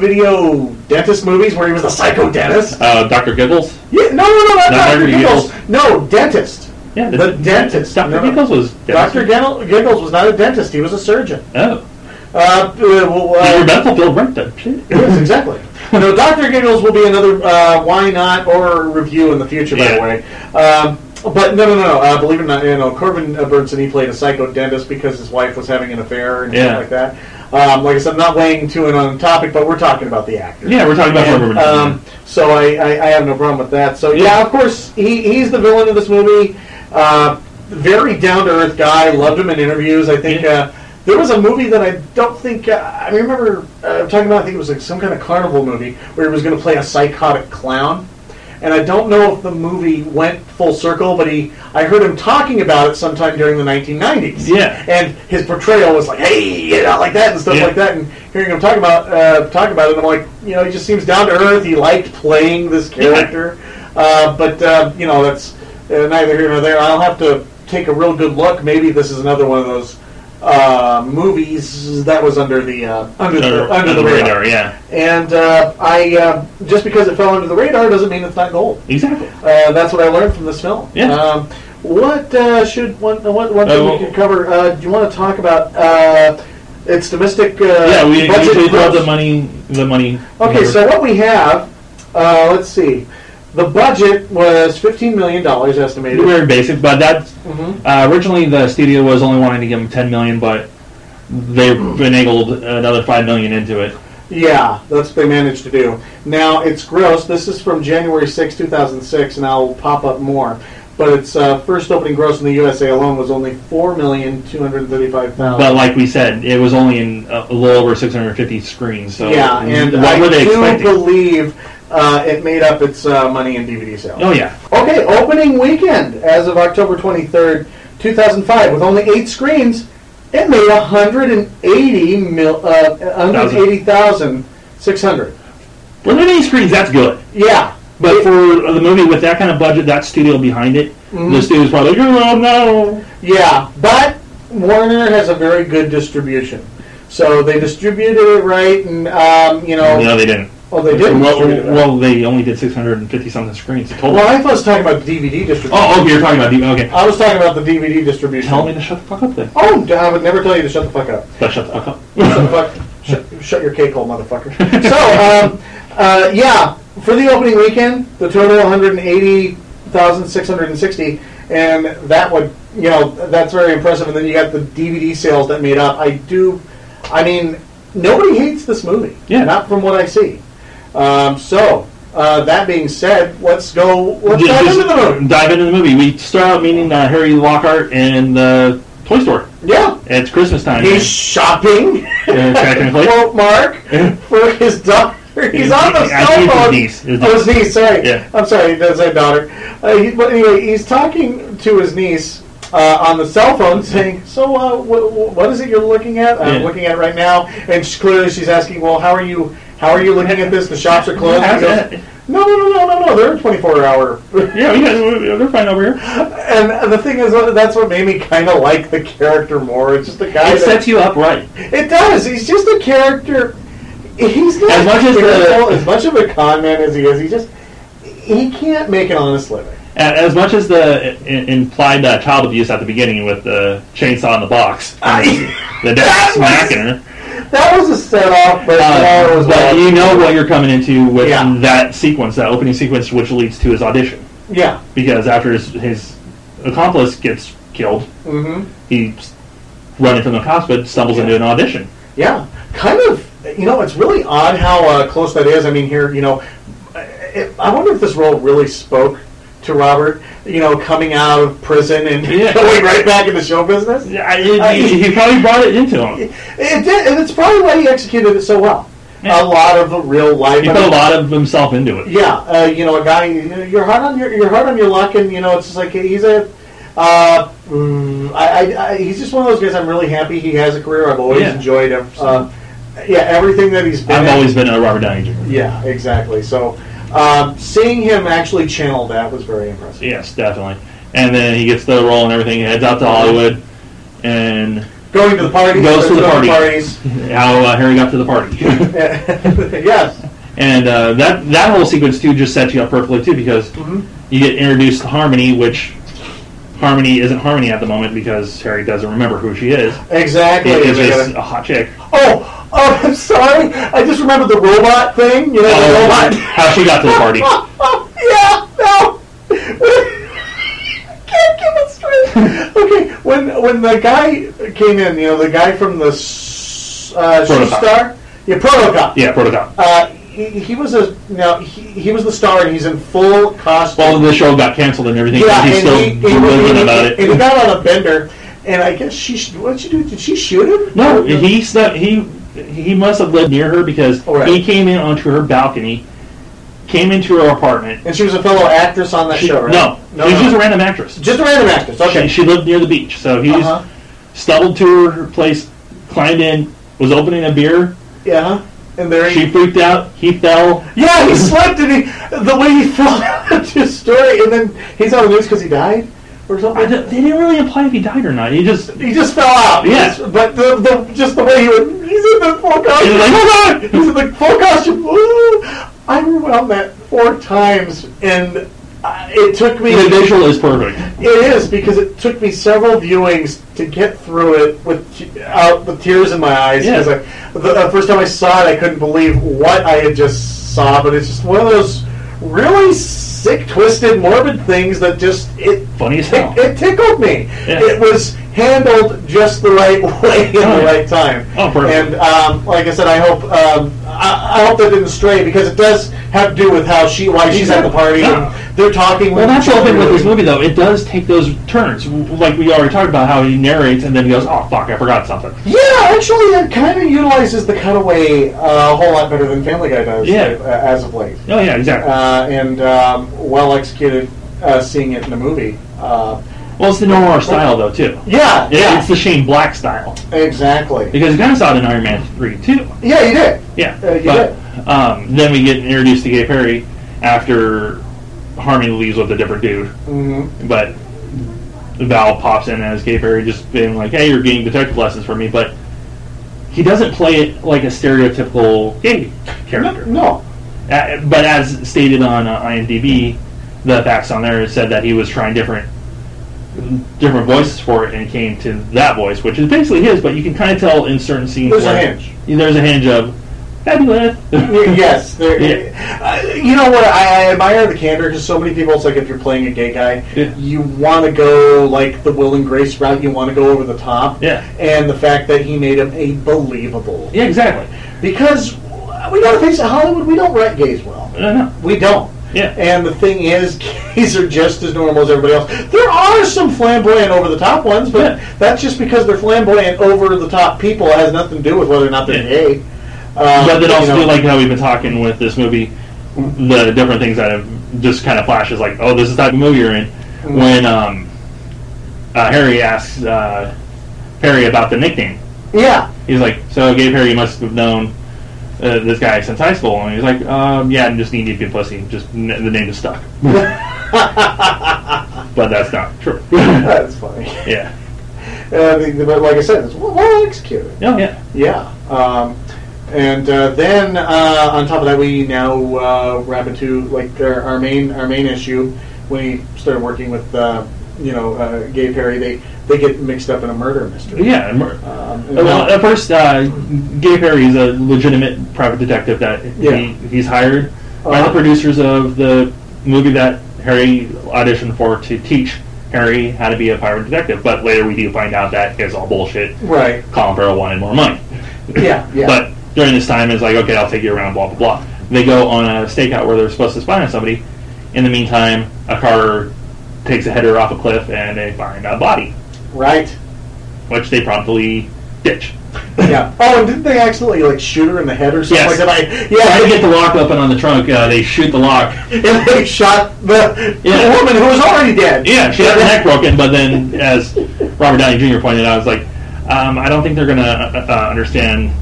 Speaker 2: direct-to-video dentist movies where he was a psycho dentist.
Speaker 3: Uh, Doctor Giggles.
Speaker 2: Yeah, no, no, no,
Speaker 3: Not
Speaker 2: not Dr.
Speaker 3: Dr.
Speaker 2: Giggles.
Speaker 3: Giggles.
Speaker 2: No, dentist.
Speaker 3: Yeah,
Speaker 2: The dentist.
Speaker 3: Doctor
Speaker 2: No.
Speaker 3: Giggles was
Speaker 2: Dr. Giggles Giggles was not a dentist, he was a surgeon.
Speaker 3: Oh,
Speaker 2: Uh, uh, well,
Speaker 3: your
Speaker 2: uh,
Speaker 3: medical bill right then. Shit.
Speaker 2: yes, exactly. No, Dr. Giggles will be another uh, why not or review in the future, by the
Speaker 3: Yeah.
Speaker 2: way. Um, but no, no, no. Uh, believe it or not, you know, Corbin uh, Burnson, he played a psycho dentist because his wife was having an affair and
Speaker 3: Yeah.
Speaker 2: stuff like that. Um, like I said, I'm not weighing too in on the topic, but we're talking about the actor.
Speaker 3: Yeah, we're talking about
Speaker 2: And,
Speaker 3: Robert Downey
Speaker 2: um, so I, I, I have no problem with that. So yeah, of course he, he's the villain of this movie. Uh, very down to earth guy. Loved him in interviews. I think
Speaker 3: Yeah.
Speaker 2: uh, there was a movie that I don't think uh, I remember uh, talking about. I think it was like some kind of carnival movie where he was going to play a psychotic clown. And I don't know if the movie went full circle, but he I heard him talking about it sometime during the 1990s.
Speaker 3: Yeah.
Speaker 2: and his portrayal was like, hey, you know, like that and stuff
Speaker 3: Yeah.
Speaker 2: like that that and hearing him talk about uh, talk about it, I'm like, you know, he just seems down to earth. He liked playing this character, uh, but uh, you know, that's uh, neither here nor there. I'll have to take a real good look. Maybe this is another one of those uh, movies that was under the uh, under the, under the radar.
Speaker 3: Yeah,
Speaker 2: And uh, I uh, just because it fell under the radar doesn't mean it's not gold.
Speaker 3: exactly.
Speaker 2: Uh, that's what I learned from this film.
Speaker 3: Yeah.
Speaker 2: Um, what uh, should one one, one thing
Speaker 3: Uh, well-
Speaker 2: we could cover? Uh, do you want to talk about uh, its domestic? Uh,
Speaker 3: yeah, we
Speaker 2: budget
Speaker 3: usually throw
Speaker 2: gross?
Speaker 3: the money. The money.
Speaker 2: Okay,
Speaker 3: number.
Speaker 2: so what we have, uh, let's see, the budget was fifteen million dollars estimated.
Speaker 3: very basic, but that's
Speaker 2: Mhm.
Speaker 3: uh, originally the studio was only wanting to give him ten million, but they finagled another five million into it.
Speaker 2: Yeah, that's what they managed to do. Now it's gross. This is from January 6, 2006, and I'll pop up more. But its uh, first opening gross in the USA alone was only four million two hundred thirty-five thousand.
Speaker 3: But like we said, it was only in a little over 650 screens. So
Speaker 2: Yeah, and
Speaker 3: what
Speaker 2: I
Speaker 3: were they
Speaker 2: do
Speaker 3: expecting?
Speaker 2: believe uh, it made up its uh, money in DVD sales.
Speaker 3: oh yeah,
Speaker 2: Okay, opening weekend as of October 23rd, 2005, with only eight screens, it made 180 mil, uh, 180,600.
Speaker 3: well, any screens that's good.
Speaker 2: Yeah,
Speaker 3: But for the movie with that kind of budget, that studio behind it,
Speaker 2: Mm-hmm.
Speaker 3: the studio's probably like, oh no.
Speaker 2: yeah, but Warner has a very good distribution. So they distributed it right, and um, you know,
Speaker 3: No, they didn't.
Speaker 2: Oh, they did.
Speaker 3: Well,
Speaker 2: distribute it.
Speaker 3: well, they only did 650 something screens total.
Speaker 2: well, I was talking about DVD distribution.
Speaker 3: oh, okay, you're talking about the okay.
Speaker 2: I was talking about the DVD distribution.
Speaker 3: Tell me to shut the fuck up then.
Speaker 2: Oh, I would never tell you to shut the fuck up.
Speaker 3: Gotta Shut the fuck up.
Speaker 2: Shut the fuck. Shut, shut your cake hole, motherfucker. so, um, uh, yeah, for the opening weekend, the total 180,660, and that would, you know, that's very impressive. And then you got the DVD sales that made up. I do, I mean, nobody hates this movie.
Speaker 3: Yeah.
Speaker 2: Not from what I see. Um, so, uh, that being said, let's go. Let's
Speaker 3: Just-
Speaker 2: dive
Speaker 3: just
Speaker 2: into the movie.
Speaker 3: dive into the movie. We start out meeting uh, Harry Lockhart in the toy store.
Speaker 2: Yeah.
Speaker 3: It's Christmas time.
Speaker 2: He's shopping.
Speaker 3: Uh, technically.
Speaker 2: quote mark for his daughter. He's on the
Speaker 3: I
Speaker 2: cell
Speaker 3: think it's his
Speaker 2: phone.
Speaker 3: niece. His
Speaker 2: Oh, his niece. Sorry,
Speaker 3: Yeah.
Speaker 2: I'm sorry. He does have daughter. Uh, he, but anyway, he's talking to his niece uh, on the cell phone, saying, "So, uh, wh- wh- what is it you're looking at? I'm
Speaker 3: Yeah.
Speaker 2: looking at it right now." And she, clearly, she's asking, "Well, how are you? How are you looking at this? The shops are closed."
Speaker 3: How's
Speaker 2: He goes,
Speaker 3: that?
Speaker 2: No, no, no, no, no, no. They're 24 hour.
Speaker 3: yeah, we got, they're fine over here.
Speaker 2: and the thing is, uh, that's what made me kind of like the character more. It's just a guy.
Speaker 3: It
Speaker 2: that-
Speaker 3: sets you up right.
Speaker 2: it does. He's just a character. He's not
Speaker 3: As much as the-
Speaker 2: terrible, as much of a con man as he is. He just he can't make an honest living.
Speaker 3: A- As much as the i- i- implied uh, child abuse at the beginning with the chainsaw in the box, the dad smacking her.
Speaker 2: That was a set off, but
Speaker 3: Uh,
Speaker 2: that was
Speaker 3: but
Speaker 2: bad.
Speaker 3: you know what you're coming into with
Speaker 2: Yeah.
Speaker 3: that sequence, that opening sequence, which leads to his audition.
Speaker 2: yeah.
Speaker 3: Because after his, his accomplice gets killed,
Speaker 2: Mm-hmm.
Speaker 3: he's running from the cops, but stumbles
Speaker 2: Yeah.
Speaker 3: into an audition.
Speaker 2: Yeah. Kind of. You know, it's really odd how uh, close that is. I mean, here, you know, it, I wonder if this role really spoke to Robert. You know, coming out of prison and
Speaker 3: Yeah.
Speaker 2: going right back into show business.
Speaker 3: Yeah, I- it- he he probably brought it into him.
Speaker 2: It did, and it's probably why he executed it so well.
Speaker 3: Yeah.
Speaker 2: A lot of real life.
Speaker 3: He
Speaker 2: I
Speaker 3: put a
Speaker 2: mean,
Speaker 3: lot of himself into it.
Speaker 2: Yeah, uh, you know, a guy. you know, You're hard on your you're hard on your luck, and you know, it's just like he's a. Uh, mm, I, I, I, he's just one of those guys. I'm really happy he has a career. I've always
Speaker 3: Yeah.
Speaker 2: enjoyed him. Uh, yeah, everything that he's been.
Speaker 3: I've
Speaker 2: in.
Speaker 3: always been a Robert Downey Jr.
Speaker 2: Yeah, exactly. So, um, seeing him actually channel that was very impressive.
Speaker 3: Yes, definitely. And then he gets the role and everything. He heads out to Hollywood, and
Speaker 2: Going to the parties.
Speaker 3: Goes to the
Speaker 2: going
Speaker 3: parties. how uh, Harry got to the party.
Speaker 2: parties. yes.
Speaker 3: and uh, that that whole sequence too just sets you up perfectly too because
Speaker 2: Mhm.
Speaker 3: you get introduced to Harmony, which Harmony isn't Harmony at the moment because Harry doesn't remember who she is.
Speaker 2: Exactly.
Speaker 3: It is
Speaker 2: We
Speaker 3: just
Speaker 2: gotta-
Speaker 3: a hot chick.
Speaker 2: oh, oh, I'm sorry. I just remembered the robot thing. You know, the
Speaker 3: Oh,
Speaker 2: robot.
Speaker 3: how she got to the party.
Speaker 2: Oh, yeah, no. Can't keep it straight. Okay, when when the guy came in, you know, the guy from the s- uh,
Speaker 3: Protocop.
Speaker 2: star, yeah, Protocop.
Speaker 3: Yeah, protocol.
Speaker 2: Uh, he, he was a no. He, he was the star, and he's in full costume.
Speaker 3: Well, the show got canceled and everything,
Speaker 2: yeah,
Speaker 3: but he's
Speaker 2: and
Speaker 3: still
Speaker 2: he, and he-
Speaker 3: religion about
Speaker 2: and he
Speaker 3: it.
Speaker 2: got on a bender, and I guess she. sh- What'd she do? Did she shoot him?
Speaker 3: No, he snuck, he he must have lived near her because
Speaker 2: All Oh, right.
Speaker 3: he came in onto her balcony, came into her apartment.
Speaker 2: And she was a fellow actress on that
Speaker 3: She-
Speaker 2: show, right?
Speaker 3: No,
Speaker 2: no,
Speaker 3: she was
Speaker 2: no.
Speaker 3: just a random actress.
Speaker 2: Just a random actress. Okay.
Speaker 3: She, she lived near the beach, so he
Speaker 2: Uh-huh.
Speaker 3: just stumbled to her place, climbed in, was opening a beer.
Speaker 2: yeah. And there he
Speaker 3: She freaked out. He fell.
Speaker 2: Yeah, he slept and he, the way he fell out his story, and then he's on the news because he died or
Speaker 3: I
Speaker 2: something.
Speaker 3: d- they didn't really imply if he died or not. He just
Speaker 2: He just fell out.
Speaker 3: Yeah.
Speaker 2: Yes, but the, the, just the way he would, he's in the full costume.
Speaker 3: He's like-
Speaker 2: Hold on! He's in the full costume. Ooh. I rewound that four times, and I- it took me.
Speaker 3: the visual is perfect.
Speaker 2: It is because it took me several viewings to get through it with t- out with tears in my eyes.
Speaker 3: Yeah.
Speaker 2: Because the uh, first time I saw it, I couldn't believe what I had just saw. But it's just one of those really sick, twisted, morbid things that just it
Speaker 3: Funny as hell.
Speaker 2: it, it tickled me.
Speaker 3: Oh. Yeah.
Speaker 2: It was handled just the right way in
Speaker 3: Oh,
Speaker 2: the
Speaker 3: yeah.
Speaker 2: right time.
Speaker 3: Oh, perfect.
Speaker 2: And um, like I said, I hope um, I, I hope that didn't stray because it does have to do with how she why she's at the party.
Speaker 3: Yeah.
Speaker 2: And they're talking.
Speaker 3: Well,
Speaker 2: with
Speaker 3: that's
Speaker 2: each
Speaker 3: the whole thing
Speaker 2: other.
Speaker 3: with this movie, though. It does take those turns, W- like we already talked about, how he narrates and then he goes, "Oh fuck, I forgot something."
Speaker 2: Yeah, actually, it kind of utilizes the cutaway uh, a whole lot better than Family Guy does
Speaker 3: Yeah.
Speaker 2: uh, as of late.
Speaker 3: Oh yeah, exactly.
Speaker 2: Uh, and um, well executed uh, seeing it in a movie. Uh,
Speaker 3: well, it's the noir style, though, too.
Speaker 2: yeah,
Speaker 3: It-
Speaker 2: yeah,
Speaker 3: It's the Shane Black style
Speaker 2: exactly.
Speaker 3: because you kind of saw it in Iron Man three too.
Speaker 2: Yeah, you did.
Speaker 3: Yeah,
Speaker 2: Uh, you
Speaker 3: but um, then we get introduced to Gay Perry after Harmony leaves with a different dude,
Speaker 2: Mhm.
Speaker 3: but Val pops in as Gay Perry, just being like, "Hey, you're getting detective lessons for me," but he doesn't play it like a stereotypical gay character.
Speaker 2: No,
Speaker 3: Uh, but as stated on uh, IMDb, the facts on there said that he was trying different different voices for it and came to that voice, which is basically his. But you can kind of tell in certain scenes
Speaker 1: There's a
Speaker 3: where
Speaker 1: hinge.
Speaker 3: there's a hinge of fabulous.
Speaker 2: yes. there-
Speaker 3: Yeah.
Speaker 2: Uh, you know what? I, I admire the candor because so many people. It's like if you're playing a gay guy,
Speaker 3: Yeah.
Speaker 2: you want to go like the Will and Grace route. You want to go over the top.
Speaker 3: Yeah.
Speaker 2: And the fact that he made him a believable.
Speaker 3: yeah, exactly.
Speaker 2: Because we gotta face it, Hollywood. We don't write gays well.
Speaker 3: No, no.
Speaker 2: We don't.
Speaker 3: Yeah.
Speaker 2: And the thing is, gays are just as normal as everybody else. There are some flamboyant over the top ones, but
Speaker 3: Yeah.
Speaker 2: that's just because they're flamboyant over the top people. It has nothing to do with whether or not they're
Speaker 3: Yeah.
Speaker 2: gay. Uh,
Speaker 3: but then
Speaker 2: you
Speaker 3: also
Speaker 2: know.
Speaker 3: like how we've been talking with this movie, the different things that have just kind of flashes like, oh, this is the type of movie you're in.
Speaker 2: Mm-hmm.
Speaker 3: When um, uh, Harry asks uh, Perry about the nickname,
Speaker 2: yeah,
Speaker 3: he's like, "So gay Perry, you must have known uh, this guy since high school." And he's like, um, "Yeah, I just need to be a pussy. Just n- the name just stuck." but that's not true. yeah.
Speaker 2: that's funny.
Speaker 3: Yeah.
Speaker 2: Uh, the, the, but like I said, it's well, well executed.
Speaker 3: Oh, yeah.
Speaker 2: Yeah. Um, and uh, then uh, on top of that, we now uh, wrap into like our, our main our main issue. When we started working with uh, you know uh, Gay Perry, they they get mixed up in a murder mystery.
Speaker 3: Yeah. and we're-
Speaker 2: Um, and
Speaker 3: Well,
Speaker 2: now-
Speaker 3: at first, uh, Gay Perry is a legitimate private detective that
Speaker 2: Yeah.
Speaker 3: he, he's hired by
Speaker 2: Uh-huh.
Speaker 3: the producers of the movie that Harry auditioned for to teach Harry how to be a pirate detective. But later we do find out that it's all bullshit.
Speaker 2: right.
Speaker 3: Colin Farrell wanted more money.
Speaker 2: Yeah. Yeah.
Speaker 3: But during this time, it's like, okay, I'll take you around, blah, blah, blah. They go on a stakeout where they're supposed to spy on somebody. In the meantime, a car takes a header off a cliff and they find a body,
Speaker 2: right.
Speaker 3: which they promptly ditch.
Speaker 2: Yeah. Oh, and didn't they accidentally like shoot her in the head or something
Speaker 3: Yes.
Speaker 2: like that? I,
Speaker 3: Trying
Speaker 2: yeah.
Speaker 3: to get the lock open on the trunk, uh, they shoot the lock.
Speaker 2: and they shot the,
Speaker 3: Yeah.
Speaker 2: the woman who was already dead.
Speaker 3: Yeah, she had her neck broken, but then, as Robert Downey Jr. pointed out, I was like, um, I don't think they're going to uh, uh, understand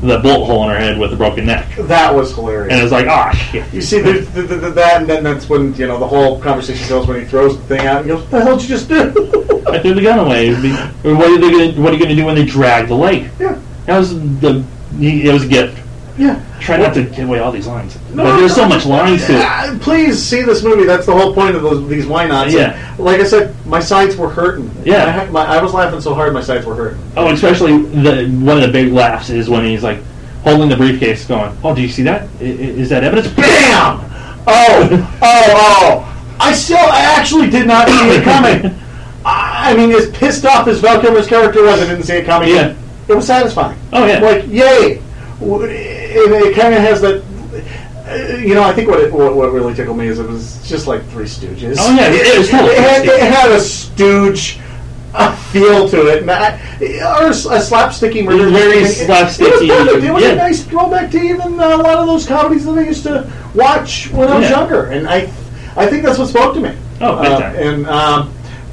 Speaker 3: the bullet hole in her head with the broken neck.
Speaker 2: That was hilarious.
Speaker 3: And it was like, ah, shit.
Speaker 2: You see, there's the, the, the, that, and then that's when you know the whole conversation goes when he throws the thing out and goes, "What the hell did you just do?"
Speaker 3: I threw the gun away. It'd be- What are they going? to What are you going to do when they drag the lake?
Speaker 2: yeah,
Speaker 3: That was the. It was a gift.
Speaker 2: yeah.
Speaker 3: Try not to give away all these lines. but there's so much lines to it.
Speaker 2: Ah, Please see this movie. That's the whole point of those, these why nots.
Speaker 3: Yeah.
Speaker 2: Like I said, my sides were hurting.
Speaker 3: Yeah.
Speaker 2: I, had- my, I was laughing so hard, my sides were hurting.
Speaker 3: Oh, especially the one of the big laughs is when he's like holding the briefcase, going, "Oh, do you see that? I- i- Is that evidence?"
Speaker 2: Bam! Oh, oh, oh! I still, I actually did not see it coming. I I mean, as pissed off as Val Kilmer's character was, I didn't see it coming.
Speaker 3: Yeah.
Speaker 2: It was satisfying.
Speaker 3: Oh, yeah.
Speaker 2: Like, yay! W- It, it kind of has that. uh, You know, I think what, it, what what really tickled me is it was just like Three Stooges.
Speaker 3: Oh, yeah, it- it was totally
Speaker 2: It had,
Speaker 3: Three Stooges.
Speaker 2: it had a Stooge uh, feel to it, and I, or a s- a slapsticky murder.
Speaker 3: Very
Speaker 2: mystery. It- It was
Speaker 3: slapsticky,
Speaker 2: perfect. It was
Speaker 3: yeah.
Speaker 2: a nice throwback to even uh, a lot of those comedies that I used to watch when I was
Speaker 3: Yeah.
Speaker 2: younger, and I, I think that's what spoke to me.
Speaker 3: Oh, big
Speaker 2: Uh,
Speaker 3: time.
Speaker 2: and um,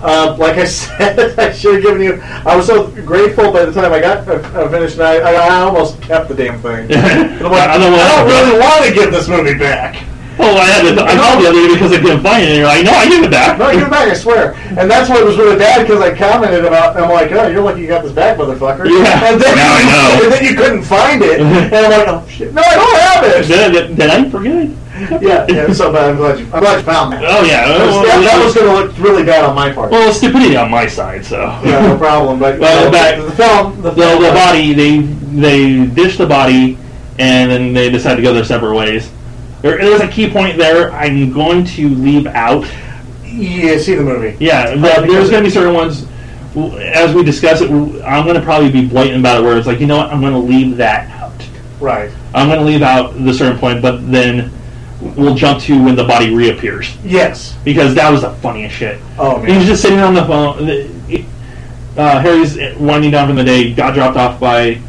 Speaker 2: uh, like I said, I should have given you. I was so grateful by the time I got uh, uh, finished, and I, I, I almost kept the damn thing. And I'm like,
Speaker 3: I don't want
Speaker 2: I don't
Speaker 3: to-
Speaker 2: really want to give this movie back.
Speaker 3: Oh, I had to. I called the other day because I couldn't find it. And you're like, "No, I give it back."
Speaker 2: No, give it back, I swear. And that's what was really bad because I commented about. I'm like, oh, you're lucky you got this back, motherfucker.
Speaker 3: Yeah.
Speaker 2: And then,
Speaker 3: Now I know.
Speaker 2: and then you couldn't find it, and I'm like, oh shit, no, I don't have it.
Speaker 3: Did, I- did I forget?
Speaker 2: yeah, yeah. So, but I'm glad you. I'm glad you found that.
Speaker 3: Oh yeah.
Speaker 2: That was-
Speaker 3: Well,
Speaker 2: that, that was going to look really bad on my part.
Speaker 3: well, stupidity on my side. So.
Speaker 2: yeah, no problem. But
Speaker 3: Well, back-
Speaker 2: the film, the,
Speaker 3: the,
Speaker 2: film,
Speaker 3: the body they they dish the body and then they decide to go their separate ways there, there's a key point there i'm going to leave out
Speaker 2: Yeah, see the movie.
Speaker 3: yeah but there's going to be certain ones w- as we discuss it w- i'm going to probably be blatant about it where it's like you know what i'm going to leave that out
Speaker 2: Right.
Speaker 3: i'm going to leave out the certain point but then we'll jump to when the body reappears
Speaker 2: Yes.
Speaker 3: because that was the funniest shit
Speaker 2: Oh
Speaker 3: he was
Speaker 2: man.
Speaker 3: just sitting on the phone. The- Uh, Harry's winding down from the day, got dropped off by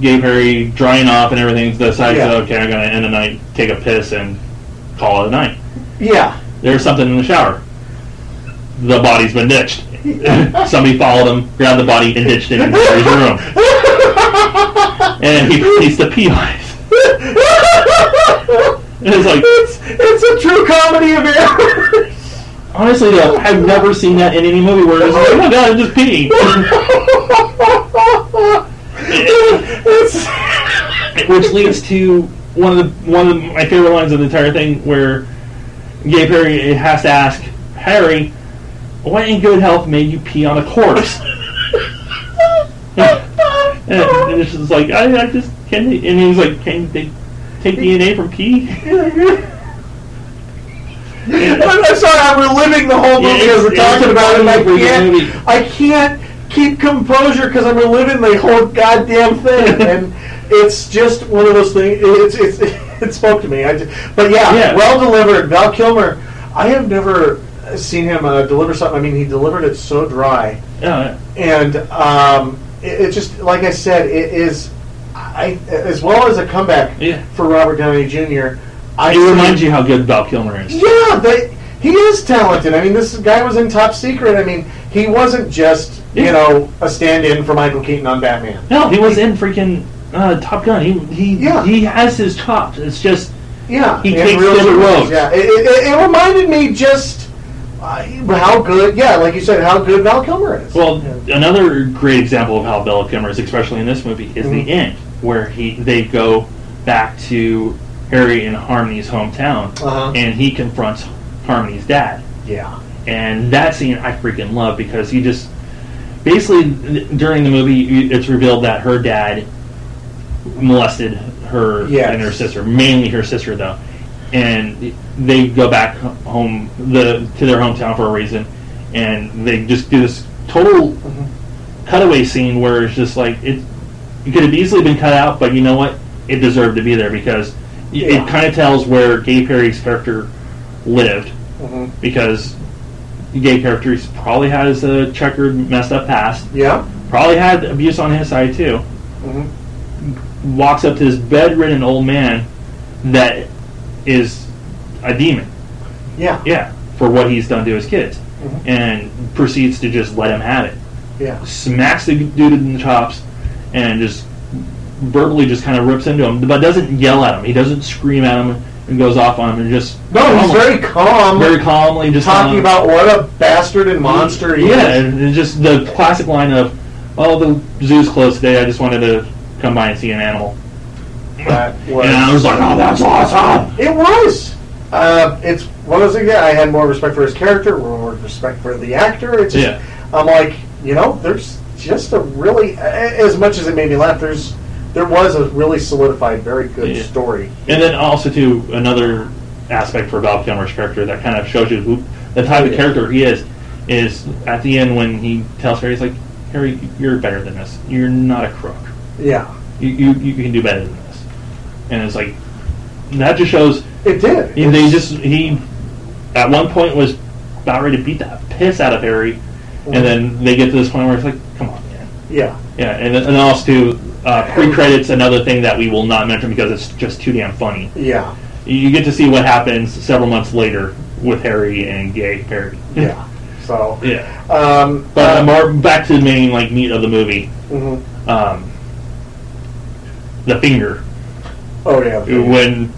Speaker 3: Gabe Harry, drying off and everything. Decides,
Speaker 2: Yeah.
Speaker 3: okay, I'm going to end the night, take a piss, and call it a night.
Speaker 2: Yeah.
Speaker 3: There's something in the shower. The body's been ditched. Somebody followed him, grabbed the body, and ditched it in Harry's room. And he he's the beehive. And it's like,
Speaker 2: It's it's a true comedy of errors.
Speaker 3: honestly, though, I've never seen that in any movie where it's like, oh my god, I'm just peeing.
Speaker 2: it's
Speaker 3: Which leads to one of the one of my favorite lines of the entire thing where Gay Perry has to ask Harry, "What in good health made you pee on a corpse?" and, and it's just like I, I just can they, and he's like, "Can they take DNA from pee?"
Speaker 2: I'm, I'm sorry, I'm reliving the whole movie
Speaker 3: Yeah,
Speaker 2: as we're
Speaker 3: it's-
Speaker 2: talking
Speaker 3: it's
Speaker 2: about it. and I
Speaker 3: a movie,
Speaker 2: can't,
Speaker 3: movie.
Speaker 2: I can't keep composure because I'm reliving the whole goddamn thing, and it's just one of those things. It's it's it spoke to me. I ju- but yeah,
Speaker 3: Yeah.
Speaker 2: well delivered. Val Kilmer. I have never seen him uh, deliver something. I mean, he delivered it so dry
Speaker 3: Uh,
Speaker 2: and um, it, it just like I said, it is I as well as a comeback
Speaker 3: Yeah.
Speaker 2: for Robert Downey Jr. I
Speaker 3: it reminds you how good Val Kilmer is.
Speaker 2: yeah, they, he is talented. I mean, this guy was in Top Secret. I mean, he wasn't just you
Speaker 3: Yeah.
Speaker 2: know a stand-in for Michael Keaton on Batman.
Speaker 3: No, he was in freaking uh, Top Gun. He he
Speaker 2: Yeah.
Speaker 3: he has his chops. It's just
Speaker 2: Yeah,
Speaker 3: He
Speaker 2: and
Speaker 3: takes
Speaker 2: Real
Speaker 3: different
Speaker 2: Heroes,
Speaker 3: roads.
Speaker 2: Yeah, it, it, it- it reminded me just uh, how good. Yeah, like you said, how good Val Kilmer is.
Speaker 3: well another great example of how Val Kilmer is, especially in this movie, is
Speaker 2: Mhm.
Speaker 3: the end where he they go back to Harry and Harmony's hometown,
Speaker 2: Uh-huh.
Speaker 3: and he confronts Harmony's dad.
Speaker 2: yeah,
Speaker 3: and that scene I freaking love because you just basically th- during the movie you- it's revealed that her dad molested her
Speaker 2: Yes.
Speaker 3: and her sister, mainly her sister though, and they go back home the to their hometown for a reason, and they just do this total
Speaker 2: Mm-hmm.
Speaker 3: cutaway scene where it's just like it, it could have easily been cut out, but you know what? It deserved to be there because y
Speaker 2: Yeah.
Speaker 3: it kind of tells where Gay Perry's character lived
Speaker 2: Mhm.
Speaker 3: because gay characters probably has a checkered, messed up past.
Speaker 2: yeah.
Speaker 3: Probably had abuse on his side too.
Speaker 2: Mhm.
Speaker 3: Walks up to this bedridden old man that is a demon.
Speaker 2: Yeah,
Speaker 3: Yeah, for what he's done to his kids,
Speaker 2: Mm-hmm.
Speaker 3: and proceeds to just let him have it.
Speaker 2: yeah,
Speaker 3: Smacks the dude in the chops, and just verbally just kind of rips into him, but doesn't yell at him. He doesn't scream at him and goes off on him and just
Speaker 2: No, he's very calm.
Speaker 3: very calmly just
Speaker 2: talking
Speaker 3: um,
Speaker 2: about what a bastard and monster he
Speaker 3: Yeah,
Speaker 2: is.
Speaker 3: and it's just the classic line of, "Oh, the zoo's closed today. I just wanted to come by and see an animal."
Speaker 2: That was,
Speaker 3: And I was like, "Oh, that's awesome!"
Speaker 2: it was. Uh, it's one of those things. Yeah, I had more respect for his character, more respect for the actor. It's just,
Speaker 3: Yeah.
Speaker 2: I'm like, you know, there's just a really, a- as much as it made me laugh, there's there was a really solidified, very good
Speaker 3: Yeah.
Speaker 2: story.
Speaker 3: And then also too another aspect for Val Kilmer's character that kind of shows you who the type of character he is is at the end when he tells Harry, "He's like, Harry, you're better than this. You're not a crook.
Speaker 2: Yeah,
Speaker 3: You you, you can do better than this." And it's like that just shows
Speaker 2: it did.
Speaker 3: He, they just he at one point was about ready to beat the piss out of Harry, and then they get to this point where it's like, come on, man.
Speaker 2: yeah,
Speaker 3: Yeah, and and also too, uh, pre credits another thing that we will not mention because it's just too damn funny.
Speaker 2: yeah,
Speaker 3: You get to see what happens several months later with Harry and Gay Perry.
Speaker 2: yeah. So,
Speaker 3: yeah.
Speaker 2: um,
Speaker 3: But
Speaker 2: uh,
Speaker 3: um, our- back to the main like meat of the movie,
Speaker 2: mhm.
Speaker 3: um, the finger.
Speaker 2: oh yeah,
Speaker 3: When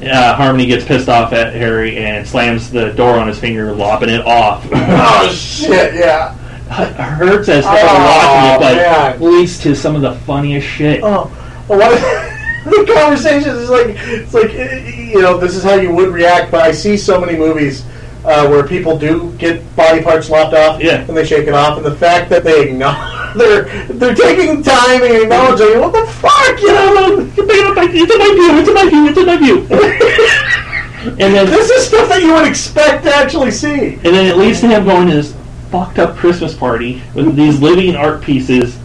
Speaker 2: Yeah.
Speaker 3: uh, Harmony gets pissed off at Harry and slams the door on his finger, lopping it off.
Speaker 2: oh shit, yeah.
Speaker 3: hurts as hell
Speaker 2: Oh,
Speaker 3: watching it, but
Speaker 2: man.
Speaker 3: leads to some of the funniest shit.
Speaker 2: Oh, a lot of the conversations is like it's like you know this is how you would react. But I see so many movies uh, where people do get body parts lopped off,
Speaker 3: Yeah.
Speaker 2: and they shake it off. And the fact that they acknowledge they're they're taking time and acknowledging what the fuck, you know.
Speaker 3: You're picking up my, it's in my view, it's in my view, it's in my view. and then
Speaker 2: This is stuff that you would expect to actually see.
Speaker 3: and then it leads to him going to this fucked up Christmas party with these living art pieces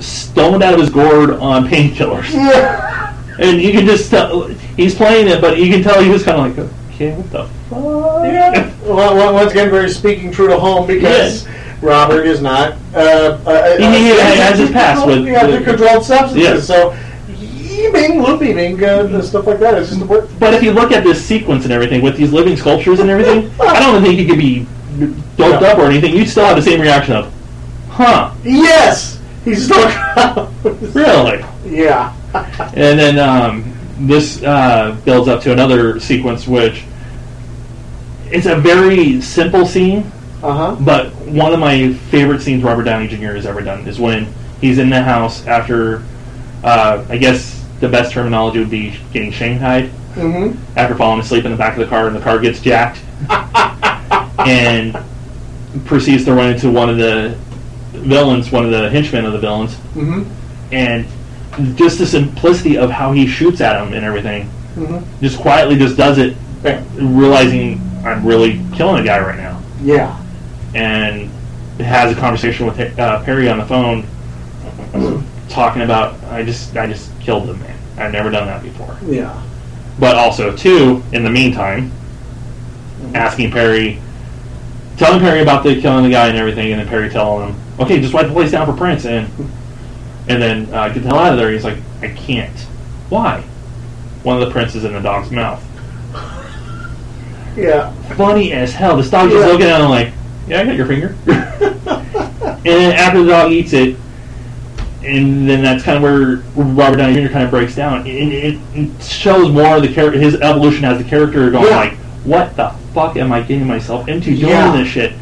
Speaker 3: stoned out of his gourd on painkillers.
Speaker 2: Yeah.
Speaker 3: And you can just tell he's playing it, but you can tell he was kind of like, okay, what the fuck?
Speaker 2: Yeah. Well, well, once again, very speaking true to home because Robert is not. Uh, uh,
Speaker 3: He- he has his past with-
Speaker 2: yeah, the
Speaker 3: with-
Speaker 2: controlled substances.
Speaker 3: Yeah.
Speaker 2: So, he being loopy, being uh, and stuff like that is just a word.
Speaker 3: But if you look at this sequence and everything with these living sculptures and everything, I don't think you could be doped
Speaker 2: No.
Speaker 3: up or anything. You'd still have the same reaction of, huh,
Speaker 2: Yes, he's still.
Speaker 3: really?
Speaker 2: yeah.
Speaker 3: And then um, this uh, builds up to another sequence, which it's a very simple scene,
Speaker 2: Uh huh.
Speaker 3: but one of my favorite scenes Robert Downey Jr. has ever done is when he's in the house after, uh, I guess, the best terminology would be getting shanghaied
Speaker 2: Mm-hmm.
Speaker 3: after falling asleep in the back of the car and the car gets jacked and proceeds to run into one of the villains, one of the henchmen of the villains,
Speaker 2: Mm-hmm.
Speaker 3: and just the simplicity of how he shoots at him and everything,
Speaker 2: Mm-hmm.
Speaker 3: just quietly just does it, realizing I'm really killing a guy right now,
Speaker 2: Yeah.
Speaker 3: and has a conversation with uh, Perry on the phone, talking about I just I just killed the man. I've never done that before.
Speaker 2: Yeah.
Speaker 3: but also too in the meantime asking perry telling perry about the killing the guy and everything and then perry telling him okay just wipe the place down for prince and and then uh, get the hell out of there he's like i can't why one of the prints is in the dog's mouth
Speaker 2: Yeah.
Speaker 3: funny as hell this dog just
Speaker 2: Yeah.
Speaker 3: looking at him like yeah i got your finger and then after the dog eats it and then that's kind of where Robert Downey Jr. kind of breaks down. And it it shows more of the character, his evolution as the character, going
Speaker 2: Yeah.
Speaker 3: like, "What the fuck am I getting myself into doing
Speaker 2: Yeah.
Speaker 3: this shit?"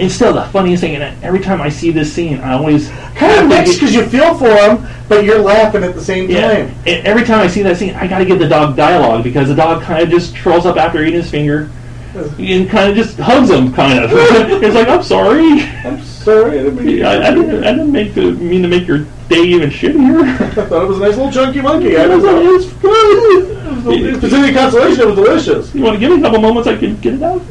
Speaker 3: It's still the funniest thing. And every time I see this scene, I always
Speaker 2: Kind of mixed because you feel for him, but you're laughing at the same
Speaker 3: yeah.
Speaker 2: time.
Speaker 3: And every time I see that scene, I got to give the dog dialogue because the dog kind of just trolls up after eating his finger and kind of just hugs him, kind of. it's like, "I'm sorry,
Speaker 2: I'm sorry. I didn't mean to-
Speaker 3: I, I didn't, I didn't make the, mean to make your day even shittier."
Speaker 2: I thought it was a nice little chunky monkey. I
Speaker 3: It
Speaker 2: don't
Speaker 3: was-
Speaker 2: know.
Speaker 3: it was good.
Speaker 2: If there's any consolation, it was delicious.
Speaker 3: You want to give me a couple moments? I can get it out.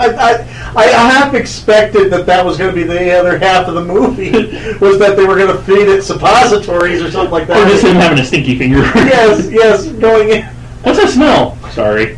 Speaker 2: I, I, I half expected that that was going to be the other half of the movie, was that they were going to feed it suppositories or something like
Speaker 3: or
Speaker 2: that.
Speaker 3: just him having a stinky finger.
Speaker 2: yes, yes, going in.
Speaker 3: What's that smell? Sorry.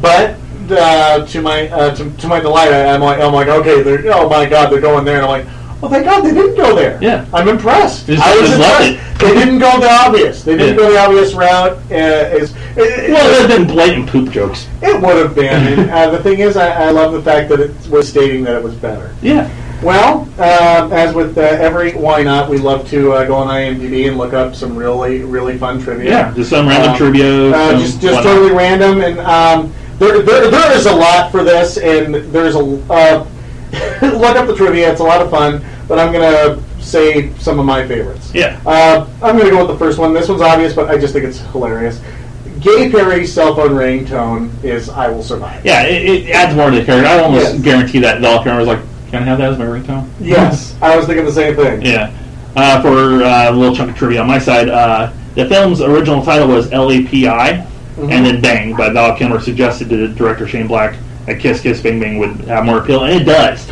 Speaker 2: But uh, to my uh, to, to my delight, I, I'm like I'm like okay, they're oh my god, they're going there, and I'm like, well, thank God they didn't go there.
Speaker 3: Yeah.
Speaker 2: I'm impressed.
Speaker 3: Just-
Speaker 2: I was
Speaker 3: just let it.
Speaker 2: impressed. They didn't go the obvious. They didn't
Speaker 3: Yeah.
Speaker 2: go the obvious route. Uh, is it,
Speaker 3: well, other than blatant poop jokes.
Speaker 2: it would have been. And, uh, the thing is, I, I love the fact that it was stating that it was better.
Speaker 3: Yeah.
Speaker 2: Well, uh, as with uh, every why not, we love to uh, go on IMDb and look up some really really fun trivia.
Speaker 3: Yeah. Just some random
Speaker 2: Um,
Speaker 3: trivia.
Speaker 2: Uh,
Speaker 3: some
Speaker 2: just just
Speaker 3: whatnot.
Speaker 2: totally random, and um, there, there there is a lot for this, and there's a uh, look up the trivia. It's a lot of fun, but I'm gonna say some of my favorites.
Speaker 3: Yeah.
Speaker 2: Uh, I'm gonna go with the first one. This one's obvious, but I just think it's hilarious. Gay Perry's cell phone ringtone is "I Will Survive."
Speaker 3: Yeah, it, it adds more to the character. I almost
Speaker 2: Yes.
Speaker 3: guarantee that the character was like, can I have that as my ringtone?
Speaker 2: Yes, I was thinking the same thing.
Speaker 3: Yeah. Uh, for uh, a little chunk of trivia on my side, uh, the film's original title was L.A.P.I.
Speaker 2: Mm-hmm.
Speaker 3: and then Bang by Val Kilmer suggested to the director Shane Black that Kiss Kiss Bang Bang would have more appeal, and it does.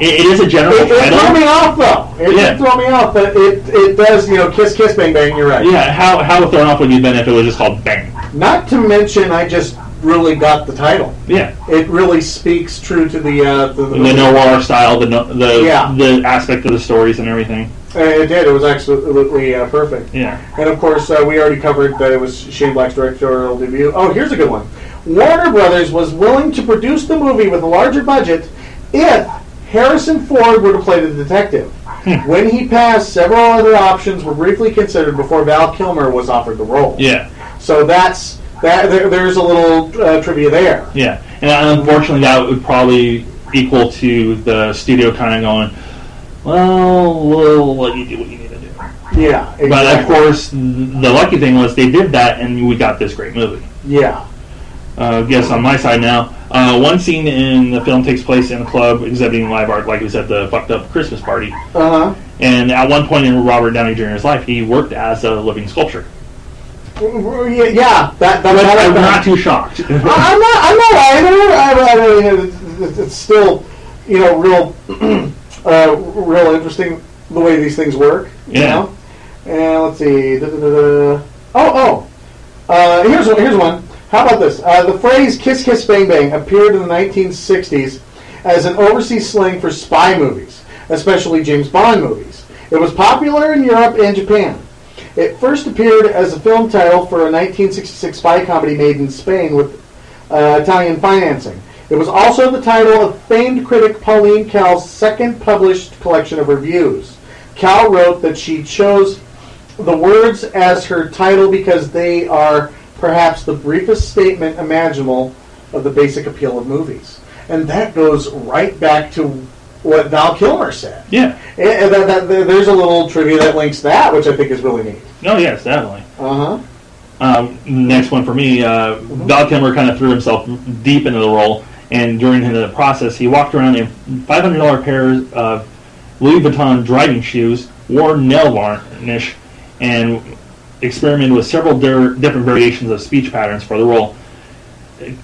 Speaker 3: It, it is a general
Speaker 2: It, it threw me
Speaker 3: title.
Speaker 2: off though. It
Speaker 3: Yeah.
Speaker 2: did throw me off, but it it does you know kiss kiss bang bang. You're right.
Speaker 3: Yeah, how how thrown off would you have been if it was just called Bang?
Speaker 2: Not to mention, I just really got the title.
Speaker 3: Yeah,
Speaker 2: It really speaks true to the uh, the,
Speaker 3: the noir style, the no, the
Speaker 2: Yeah.
Speaker 3: the aspect of the stories and everything.
Speaker 2: Uh, it did. It was absolutely uh, perfect.
Speaker 3: Yeah,
Speaker 2: And of course, uh, we already covered that it was Shane Black's directorial debut. Oh, here's a good one. Warner Brothers was willing to produce the movie with a larger budget if Harrison Ford were to play the detective.
Speaker 3: Hmm.
Speaker 2: when he passed, several other options were briefly considered before Val Kilmer was offered the role.
Speaker 3: yeah,
Speaker 2: So that's that. There, there's a little uh, trivia there.
Speaker 3: yeah. And unfortunately, that would probably equal to the studio kind of going, well, we'll let you do what you need to do.
Speaker 2: Yeah. Exactly.
Speaker 3: But of course, the lucky thing was they did that, and we got this great movie.
Speaker 2: Yeah.
Speaker 3: Uh, guess on my side now. Uh, one scene in the film takes place in a club exhibiting live art, like we said, the fucked up Christmas party.
Speaker 2: Uh
Speaker 3: And at one point in Robert Downey Jr.'s life, he worked as a living sculpture.
Speaker 2: huh. Yeah. That. that
Speaker 3: But
Speaker 2: that-
Speaker 3: I'm
Speaker 2: that-
Speaker 3: not too shocked.
Speaker 2: I- I'm not. I'm not either. I, I mean, it- it- it's still, you know, real, uh, real interesting the way these things work. You
Speaker 3: Yeah.
Speaker 2: Know? And let's see. da, da, da, da. Oh, oh. Uh, here's one. Here's one. How about this? Uh, the phrase "kiss, kiss, bang, bang" appeared in the 1960s as an overseas slang for spy movies, especially James Bond movies. It was popular in Europe and Japan. It first appeared as a film title for a 1966 spy comedy made in Spain with uh, Italian financing. It was also the title of famed critic Pauline Cal's second published collection of reviews. Cal wrote that she chose the words as her title because they are perhaps the briefest statement imaginable of the basic appeal of movies. And that goes right back to what Val Kilmer said.
Speaker 3: Yeah.
Speaker 2: And, and that, that, there- there's a little trivia that links that, which I think is really neat.
Speaker 3: No, Oh, yes, definitely.
Speaker 2: Uh huh.
Speaker 3: Um, next one for me, uh, Val Kilmer kind of threw himself deep into the role, and during the process, he walked around in $500 pairs of Louis Vuitton driving shoes, wore nail varnish, and experimented with several dir- different variations of speech patterns for the role.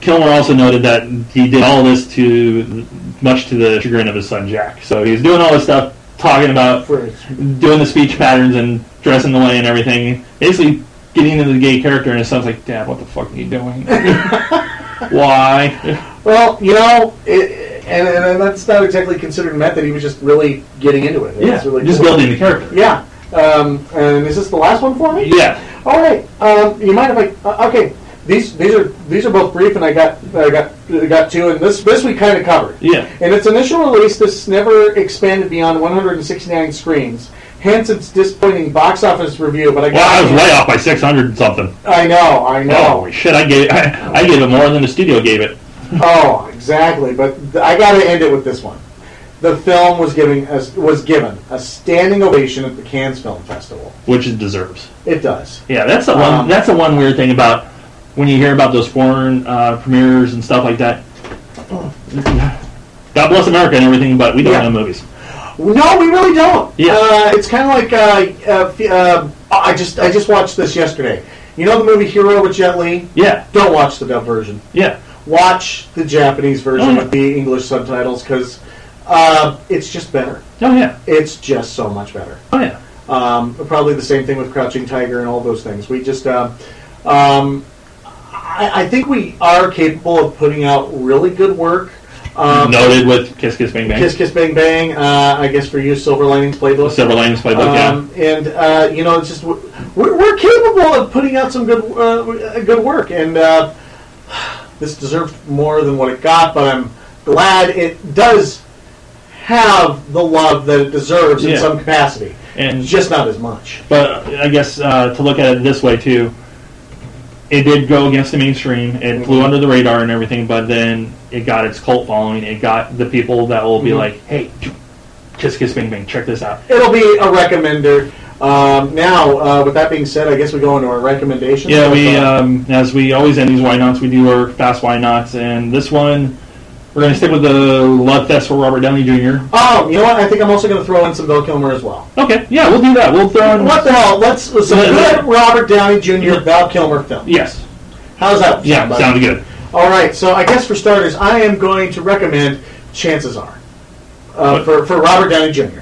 Speaker 3: Kilmer also noted that he did all this to much to the chagrin of his son Jack. So he was doing all this stuff, talking about doing the speech patterns and dressing the way and everything. Basically, getting into the gay character, and his son's like, Dad, what the fuck are you doing? Why?
Speaker 2: Well, you know, it, and, and that's not exactly considered method. He was just really getting into it.
Speaker 3: Yeah,
Speaker 2: It's really
Speaker 3: just
Speaker 2: cool.
Speaker 3: building the character.
Speaker 2: Yeah. Um, and is this the last one for me?
Speaker 3: Yeah.
Speaker 2: All right. Um, you mind if I? Uh, okay. These these are these are both brief, and I got I got I got two, and this this we kind of covered.
Speaker 3: Yeah.
Speaker 2: In its initial release, this never expanded beyond 169 screens. Hence, its disappointing box office review. But I
Speaker 3: Well, I
Speaker 2: got
Speaker 3: was way Oh, off by 600 and something.
Speaker 2: I know, I know.
Speaker 3: Holy shit, I gave, I, I gave it more than the studio gave it.
Speaker 2: Oh, exactly. But th- I got to end it with this one. The film was giving us was given a standing ovation at the Cannes Film Festival.
Speaker 3: Which it deserves.
Speaker 2: It does.
Speaker 3: Yeah, that's the
Speaker 2: Um,
Speaker 3: one. That's the one weird thing about when you hear about those foreign uh, premieres and stuff like that. God bless America and everything, but we don't
Speaker 2: Yeah.
Speaker 3: have movies.
Speaker 2: No, we really don't.
Speaker 3: Yeah.
Speaker 2: Uh, it's kind of like uh, uh, f- uh, I just I just watched this yesterday. You know the movie Hero with Jet Li?
Speaker 3: Yeah,
Speaker 2: Don't watch the dub version.
Speaker 3: yeah.
Speaker 2: Watch the Japanese version
Speaker 3: Oh, yeah.
Speaker 2: with the English subtitles because uh, it's just better.
Speaker 3: Oh yeah,
Speaker 2: It's just so much better.
Speaker 3: oh yeah.
Speaker 2: Um, probably the same thing with Crouching Tiger and all those things. We just, uh, um, I, I think we are capable of putting out really good work. Um,
Speaker 3: Noted with Kiss Kiss Bang Bang.
Speaker 2: Kiss Kiss Bang Bang. Uh, I guess for you, Silver Linings Playbook.
Speaker 3: Silver Linings Playbook,
Speaker 2: Um, and uh, you know, it's just we're, we're capable of putting out some good uh, good work, and uh, this deserved more than what it got. But I'm glad it does have the love that it deserves in
Speaker 3: Yeah.
Speaker 2: some capacity,
Speaker 3: And-
Speaker 2: just not as much.
Speaker 3: But I guess uh, to look at it this way too, it did go against the mainstream. It
Speaker 2: Mm-hmm.
Speaker 3: flew under the radar and everything. But then it got its cult following. It got the people that will
Speaker 2: Mm-hmm.
Speaker 3: be like, "Hey, Kiss Kiss Bang Bang, check this out."
Speaker 2: It'll be a recommender. Um, now, uh, with that being said, I guess we go into our recommendations.
Speaker 3: Yeah, we
Speaker 2: Uh,
Speaker 3: um, as we always end these why nots, we do our fast why nots, and this one we're going to stick with the love fest for Robert Downey Jr.
Speaker 2: oh, you know what? I think I'm also going to throw in some Bill Kilmer as well.
Speaker 3: Okay, yeah, we'll do that. We'll throw in
Speaker 2: What the hell? Let's let's- some
Speaker 3: Yeah,
Speaker 2: good Robert Downey Jr.
Speaker 3: Yeah.
Speaker 2: Val Kilmer film.
Speaker 3: Yes,
Speaker 2: How's that?
Speaker 3: yeah,
Speaker 2: sound, bud?
Speaker 3: sounded good.
Speaker 2: All right. So I guess for starters, I am going to recommend Chances Are uh,
Speaker 3: What?
Speaker 2: for for Robert Downey Jr.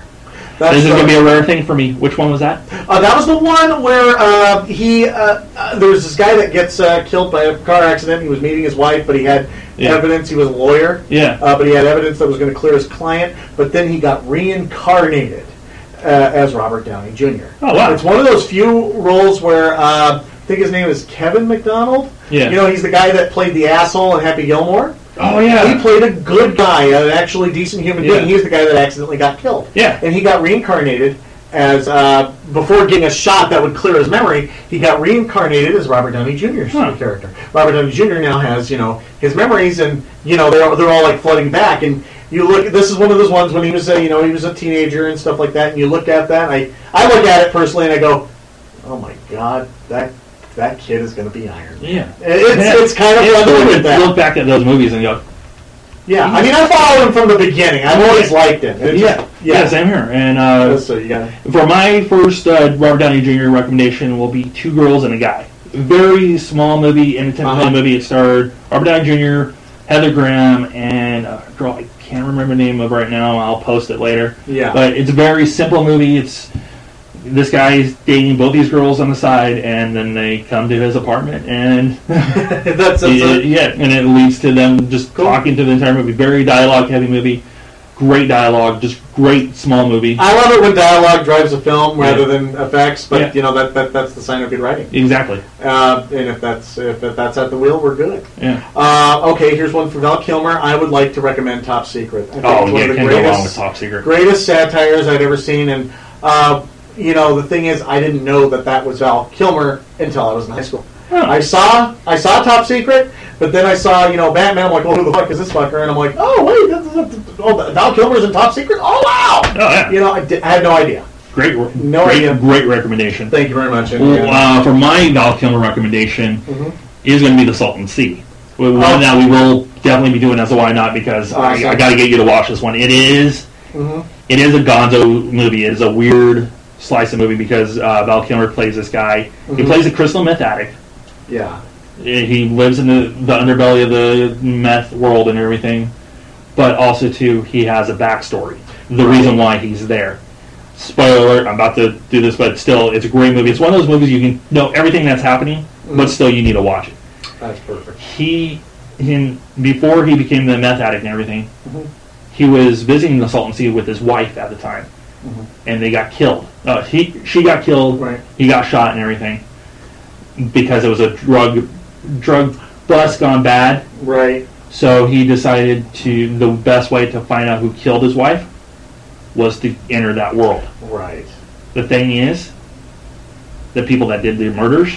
Speaker 2: That's
Speaker 3: This is
Speaker 2: uh,
Speaker 3: going to be a rare thing for me. Which one was that?
Speaker 2: uh, that was the one where uh, he uh, uh, there was this guy that gets uh, killed by a car accident. He was meeting his wife, but he had
Speaker 3: Yeah.
Speaker 2: evidence. He was a lawyer.
Speaker 3: Yeah.
Speaker 2: Uh, but he had evidence that was going to clear his client. But then he got reincarnated uh, as Robert Downey Jr.
Speaker 3: Oh, wow.
Speaker 2: It's one of those few roles where uh, I think his name is Kevin McDonald.
Speaker 3: Yeah.
Speaker 2: You know, he's the guy that played the asshole in Happy Gilmore.
Speaker 3: Oh yeah,
Speaker 2: He played a good guy, an actually decent human being.
Speaker 3: Yeah.
Speaker 2: He was the guy that accidentally got killed.
Speaker 3: Yeah.
Speaker 2: And he got reincarnated as, uh, before getting a shot that would clear his memory, he got reincarnated as Robert Downey Jr.'s
Speaker 3: Huh.
Speaker 2: character. Robert Downey Jr. now has, you know, his memories and, you know, they're, they're all like flooding back. And you look, this is one of those ones when he was a, you know, he was a teenager and stuff like that. And you look at that, and I, I look at it personally and I go, oh my God, that, that kid is going to be Iron Man.
Speaker 3: yeah.
Speaker 2: It's,
Speaker 3: Yeah.
Speaker 2: it's kind of
Speaker 3: It's
Speaker 2: fun to
Speaker 3: cool
Speaker 2: look
Speaker 3: to
Speaker 2: at that.
Speaker 3: look back at those movies and go,
Speaker 2: Yeah, I mean, I followed him from the beginning. I've always liked him. It
Speaker 3: yeah,
Speaker 2: just-
Speaker 3: yeah,
Speaker 2: yeah.
Speaker 3: same here. And uh,
Speaker 2: So you got
Speaker 3: for my first uh, Robert Downey Jr. recommendation will be Two Girls and a Guy. Very small movie, independent
Speaker 2: Uh-huh.
Speaker 3: movie. It starred Robert Downey Jr., Heather Graham, and a girl I can't remember the name of right now. I'll post it later.
Speaker 2: Yeah.
Speaker 3: But it's a very simple movie. It's this guy's dating both these girls on the side, and then they come to his apartment, and
Speaker 2: that's, that's
Speaker 3: It- yeah, and it leads to them just talking to the entire movie. Very dialogue heavy movie. Great dialogue, just great small movie.
Speaker 2: I love it when dialogue drives a film rather
Speaker 3: Yeah.
Speaker 2: than effects, but
Speaker 3: Yeah.
Speaker 2: you know that, that that's the sign of good writing.
Speaker 3: exactly.
Speaker 2: Uh, and if that's if that's at the wheel, we're good.
Speaker 3: Yeah.
Speaker 2: Uh, okay, here's one for Val Kilmer. I would like to recommend Top Secret. I think
Speaker 3: Oh
Speaker 2: it's one
Speaker 3: yeah,
Speaker 2: of the
Speaker 3: can go
Speaker 2: greatest-
Speaker 3: wrong with Top Secret.
Speaker 2: greatest satires I'd ever seen. And uh, you know, the thing is, I didn't know that that was Val Kilmer until I was in high school. I saw I saw Top Secret, but then I saw you know Batman. I'm like, well, who the fuck is this fucker? And I'm like, oh wait, this is oh, Val Kilmer's in Top Secret. Oh wow!
Speaker 3: Oh, yeah.
Speaker 2: You know, I, di- I had no idea.
Speaker 3: Great,
Speaker 2: No
Speaker 3: great,
Speaker 2: idea.
Speaker 3: great recommendation.
Speaker 2: Thank you very much. And,
Speaker 3: Well,
Speaker 2: yeah.
Speaker 3: uh, for my Val Kilmer recommendation is going to be the Salton Sea. Well, One
Speaker 2: Oh.
Speaker 3: that we will definitely be doing as a why not because I, I
Speaker 2: Awesome.
Speaker 3: got to get you to watch this one. It is-
Speaker 2: Mm-hmm.
Speaker 3: it is a Gonzo movie. It is a weird slice of movie because uh, Val Kilmer plays this guy.
Speaker 2: Mm-hmm.
Speaker 3: He plays a crystal meth addict.
Speaker 2: yeah.
Speaker 3: Eh, He lives in the, the underbelly of the meth world and everything, but also too he has a backstory. The reason why he's there. Spoiler alert! I'm about to do this, but still, it's a great movie. It's one of those movies you can know everything that's happening, but still you need to watch it.
Speaker 2: That's perfect.
Speaker 3: He, him, before he became the meth addict and everything, he was visiting the Salton Sea with his wife at the time, and they got killed. Uh, he, she got killed.
Speaker 2: Right.
Speaker 3: He got shot and everything because it was a drug drug bust gone bad.
Speaker 2: Right.
Speaker 3: So he decided to the best way to find out who killed his wife was to enter that world.
Speaker 2: Right.
Speaker 3: The thing is, the people that did the murders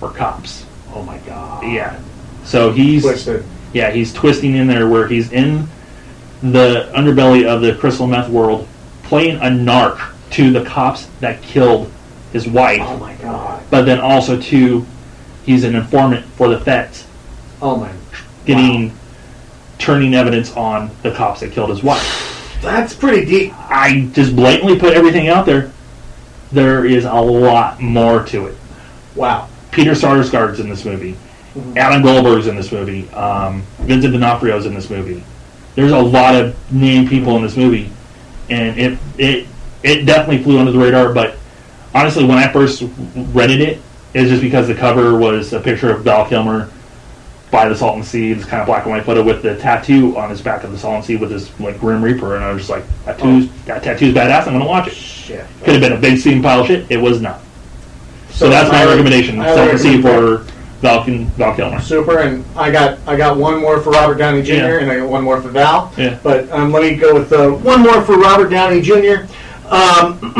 Speaker 3: were cops.
Speaker 2: Oh my god.
Speaker 3: Yeah. So he's
Speaker 2: Twisted.
Speaker 3: yeah, he's twisting in there where he's in the underbelly of the crystal meth world, playing a narc to the cops that killed his wife,
Speaker 2: Oh my god.
Speaker 3: but then also to he's an informant for the feds,
Speaker 2: Oh my.
Speaker 3: getting turning evidence on the cops that killed his wife.
Speaker 2: That's pretty deep.
Speaker 3: I just blatantly put everything out there. There is a lot more to it.
Speaker 2: Wow.
Speaker 3: Peter Sarsgaard's in this movie. Adam Goldberg's in this movie. Um, Vincent D'Onofrio's in this movie. There's a lot of name people in this movie, and it it it definitely flew under the radar. But honestly, when I first rented it, it's just because the cover was a picture of Val Kilmer by the Salton Sea, this kind of black and white photo with the tattoo on his back of the Salton Sea with his like Grim Reaper, and I was just like, tattoos, that tattoo's badass. I'm gonna watch it.
Speaker 2: Shit.
Speaker 3: Could have been a big steam pile of shit. It was not. So that's my
Speaker 2: I-
Speaker 3: recommendation.
Speaker 2: I
Speaker 3: Salton Sea
Speaker 2: recommend
Speaker 3: for Val, Val Kilmer.
Speaker 2: Super, and I got I got one more for Robert Downey Jr.
Speaker 3: Yeah.
Speaker 2: and I got one more for Val.
Speaker 3: Yeah.
Speaker 2: But um, let me go with uh, one more for Robert Downey Jr. Um,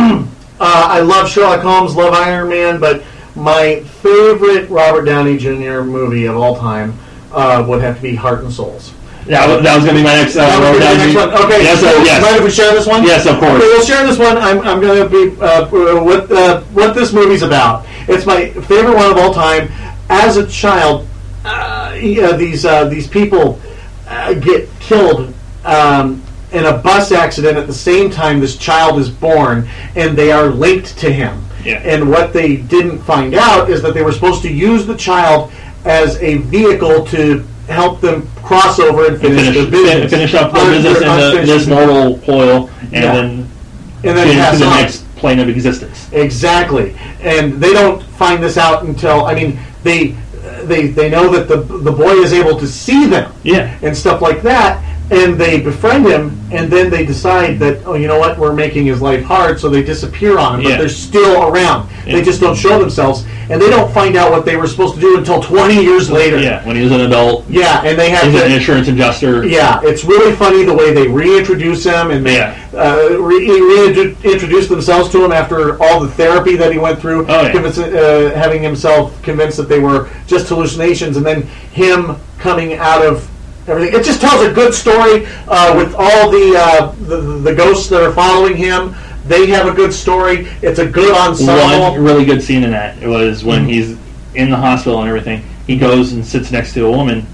Speaker 2: uh, I love Sherlock Holmes, love Iron Man, but my favorite Robert Downey Jr. movie of all time uh, would have to be Heart and Souls.
Speaker 3: That was, that was going to be my next. Uh,
Speaker 2: That would be the next one. Okay,
Speaker 3: Yes, uh,
Speaker 2: so mind if
Speaker 3: yes.
Speaker 2: we share this one?
Speaker 3: Yes, of course.
Speaker 2: Okay, we'll share this one. I'm, I'm going to be uh, what uh, what this movie's about. It's my favorite one of all time. As a child, uh, yeah, these uh, these people uh, get killed um, in a bus accident at the same time this child is born, and they are linked to him.
Speaker 3: Yeah.
Speaker 2: And what they didn't find out is that they were supposed to use the child as a vehicle to help them cross over and finish,
Speaker 3: Finish,
Speaker 2: the business.
Speaker 3: finish up the
Speaker 2: Un-
Speaker 3: business uh, in the,
Speaker 2: unfinished
Speaker 3: this mortal coil and
Speaker 2: Yeah.
Speaker 3: then
Speaker 2: and then
Speaker 3: get
Speaker 2: pass
Speaker 3: into the
Speaker 2: on.
Speaker 3: next plane of existence.
Speaker 2: Exactly, and they don't find this out until I mean they they they know that the the boy is able to see them
Speaker 3: Yeah.
Speaker 2: and stuff like that, and they befriend him, and then they decide that oh you know what we're making his life hard, so they disappear on him, but
Speaker 3: Yeah.
Speaker 2: they're still around. They
Speaker 3: Yeah.
Speaker 2: just don't show themselves, and they don't find out what they were supposed to do until twenty years later.
Speaker 3: Yeah, when he was an adult,
Speaker 2: Yeah, and they have
Speaker 3: he's
Speaker 2: to,
Speaker 3: an insurance adjuster.
Speaker 2: yeah, it's really funny the way they reintroduce him and they
Speaker 3: Yeah.
Speaker 2: uh, re- reintroduce themselves to him after all the therapy that he went through,
Speaker 3: Oh, yeah.
Speaker 2: convince- uh, having himself convinced that they were just hallucinations, and then him coming out of everything. It just tells a good story uh, with all the, uh, the the ghosts that are following him. They have a good story. It's a good ensemble.
Speaker 3: One really good scene in that was
Speaker 2: Mm-hmm.
Speaker 3: when he's in the hospital and everything. He goes and sits next to a woman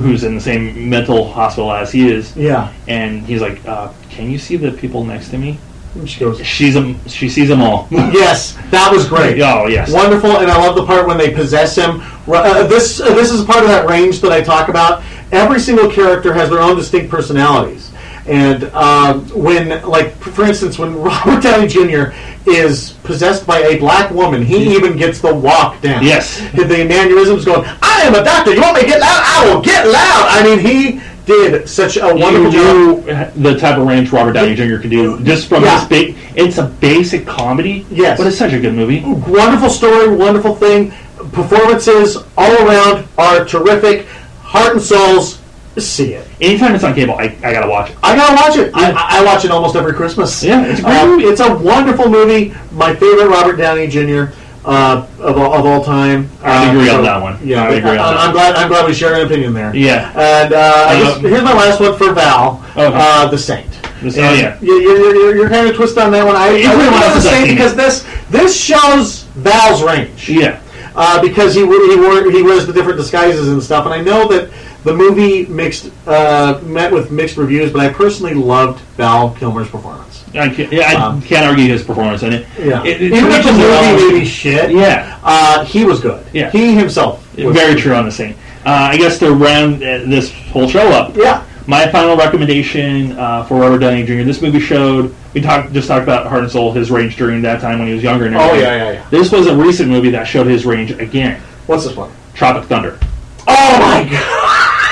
Speaker 3: who's in the same mental hospital as he is.
Speaker 2: Yeah,
Speaker 3: And he's like, uh, "Can you see the people next to me?"
Speaker 2: And she goes.
Speaker 3: She's a, she sees them all.
Speaker 2: Yes, that was great.
Speaker 3: Oh, yes.
Speaker 2: wonderful, and I love the part when they possess him. Ru- Uh, this uh, this is part of that range that I talk about. Every single character has their own distinct personalities, and um, when, like, for instance, when Robert Downey Jr. is possessed by a black woman, he even gets the walk down.
Speaker 3: Yes.
Speaker 2: the mannerisms going. I am a doctor. You want me to get loud? I will get loud. I mean, he did such a wonderful
Speaker 3: you
Speaker 2: job.
Speaker 3: knew the type of range Robert Downey Jr. could do just from
Speaker 2: Yeah.
Speaker 3: this big. It's a basic comedy,
Speaker 2: Yes.
Speaker 3: but it's such a good movie.
Speaker 2: wonderful story, wonderful thing. Performances all around are terrific. Heart and souls, see it.
Speaker 3: Anytime it's on cable, I, I gotta watch it.
Speaker 2: I gotta watch it. I,
Speaker 3: Yeah.
Speaker 2: I I watch it almost every Christmas.
Speaker 3: Yeah, it's a great
Speaker 2: Uh,
Speaker 3: movie.
Speaker 2: It's a wonderful movie. My favorite Robert Downey Jr. uh, of, all, of all time.
Speaker 3: I would
Speaker 2: Uh,
Speaker 3: agree
Speaker 2: so-
Speaker 3: on that one.
Speaker 2: Yeah,
Speaker 3: I would agree on that.
Speaker 2: am glad I'm glad we shared an opinion there.
Speaker 3: Yeah.
Speaker 2: And uh, I guess
Speaker 3: Um,
Speaker 2: here's my last one for Val,
Speaker 3: Okay.
Speaker 2: uh, the Saint.
Speaker 3: This-
Speaker 2: And
Speaker 3: oh, yeah.
Speaker 2: you- you're, you're, you're, you're kind of twist on that one. I, I
Speaker 3: Everyone
Speaker 2: really love
Speaker 3: else has
Speaker 2: the Saint
Speaker 3: seen it.
Speaker 2: because this this shows Val's range.
Speaker 3: Yeah.
Speaker 2: uh, because he wo- he wore he wears the different disguises and stuff. And I know that the movie mixed uh, met with mixed reviews, but I personally loved Val Kilmer's performance.
Speaker 3: I can't, yeah, I
Speaker 2: Um,
Speaker 3: can't argue his performance in it.
Speaker 2: Yeah,
Speaker 3: It- it-
Speaker 2: even if
Speaker 3: reaches
Speaker 2: the
Speaker 3: a level-
Speaker 2: movie may be shit,
Speaker 3: Yeah,
Speaker 2: uh, he was good.
Speaker 3: Yeah.
Speaker 2: he himself. Was
Speaker 3: very
Speaker 2: good.
Speaker 3: true on the scene. Uh, I guess to round uh, this whole show up,
Speaker 2: Yeah,
Speaker 3: my final recommendation uh, for Robert Downey Jr. This movie showed we talked just talked about Heart and Soul, his range during that time when he was younger. And
Speaker 2: Oh,
Speaker 3: everything.
Speaker 2: yeah, yeah, yeah.
Speaker 3: This was a recent movie that showed his range again.
Speaker 2: what's this one?
Speaker 3: Tropic Thunder.
Speaker 2: Oh my god!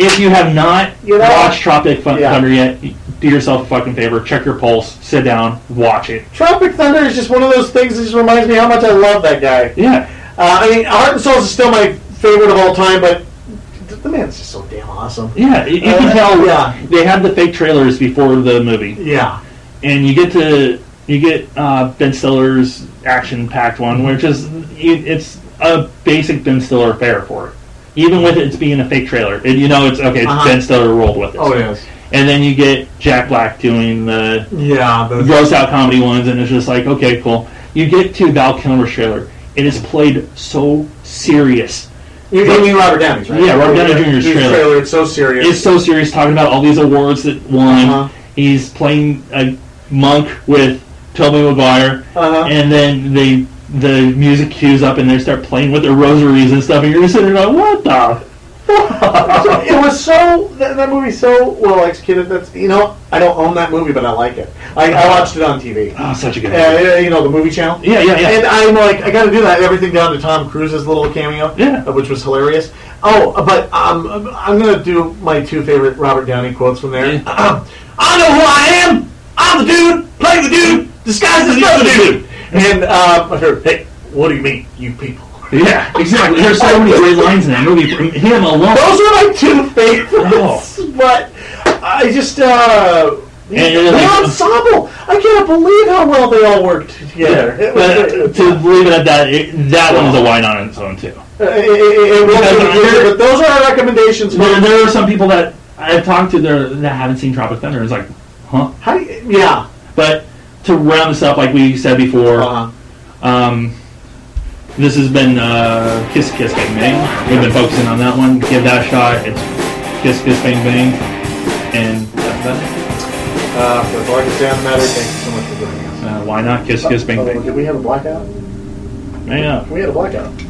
Speaker 3: If you have not
Speaker 2: You know-
Speaker 3: watched Tropic Fun-
Speaker 2: Yeah.
Speaker 3: Thunder yet, do yourself a fucking favor. Check your pulse. Sit down. Watch it.
Speaker 2: Tropic Thunder is just one of those things that just reminds me how much I love that guy.
Speaker 3: Yeah.
Speaker 2: Uh, I mean, Heart and Souls is still my favorite of all time, but th- the man's just so damn awesome.
Speaker 3: Yeah, you, you can
Speaker 2: Uh,
Speaker 3: tell.
Speaker 2: yeah.
Speaker 3: They had the fake trailers before the movie,
Speaker 2: Yeah.
Speaker 3: and you get to you get uh, Ben Stiller's action-packed one,
Speaker 2: Mm-hmm.
Speaker 3: which is it, it's a basic Ben Stiller affair for it. Even with it being a fake trailer, it, you know it's okay. It's
Speaker 2: Uh-huh.
Speaker 3: Ben Stiller rolled with it.
Speaker 2: Oh, yes.
Speaker 3: And then you get Jack Black doing the
Speaker 2: Yeah. The,
Speaker 3: gross out comedy ones, and it's just like, okay, cool. You get to Val Kilmer's trailer. It is played so serious.
Speaker 2: You, you mean Robert Downey's, right?
Speaker 3: Yeah, Robert Downey Jr.'s
Speaker 2: His
Speaker 3: trailer.
Speaker 2: It's so serious.
Speaker 3: It's so serious talking about all these awards that won.
Speaker 2: Uh-huh.
Speaker 3: He's playing a monk with Toby Maguire,
Speaker 2: Uh-huh.
Speaker 3: and then they the music cues up and they start playing with their rosaries and stuff, and you're just sitting there going, what the?
Speaker 2: So- it was so that, that movie's so well executed. That's you know I don't own that movie, but I like it. I, I watched it on TV.
Speaker 3: Oh, such a good movie.
Speaker 2: Uh, you know the movie channel.
Speaker 3: Yeah, yeah, yeah.
Speaker 2: And I'm like, I got to do that. Everything down to Tom Cruise's little cameo,
Speaker 3: Yeah.
Speaker 2: uh, which was hilarious. Oh, but um, I'm gonna do my two favorite Robert Downey quotes from there. I know who I am. I'm the dude. Play the dude. Disguised as the other dude. And um, I heard, hey, what do you mean, you people?
Speaker 3: Yeah, exactly. There's so many great lines in that movie from him alone.
Speaker 2: Those are my two favorites. Oh. But I just uh,
Speaker 3: And you're
Speaker 2: the
Speaker 3: like-
Speaker 2: ensemble. I can't believe how well they all worked together. It was-
Speaker 3: But uh, to leave it at that, it, that one is a wine on its own too.
Speaker 2: Uh, it- it- it was-
Speaker 3: Because
Speaker 2: but those are our recommendations.
Speaker 3: There,
Speaker 2: folks.
Speaker 3: there are some people that I've talked to there that haven't seen Tropic Thunder. It's like, huh?
Speaker 2: How do you, yeah.
Speaker 3: But to round this up, like we said before,
Speaker 2: Uh-huh.
Speaker 3: um, this has been uh, Kiss Kiss Bang Bang. We've been focusing on that one. Give that a shot. It's Kiss Kiss Bang Bang, and that's about
Speaker 2: Uh, for the largest damn matter, thank you so much for joining us.
Speaker 3: it. Uh, why not Kiss Kiss Bang
Speaker 2: Oh,
Speaker 3: Bang?
Speaker 2: did we have a blackout?
Speaker 3: Yeah.
Speaker 2: We had a blackout.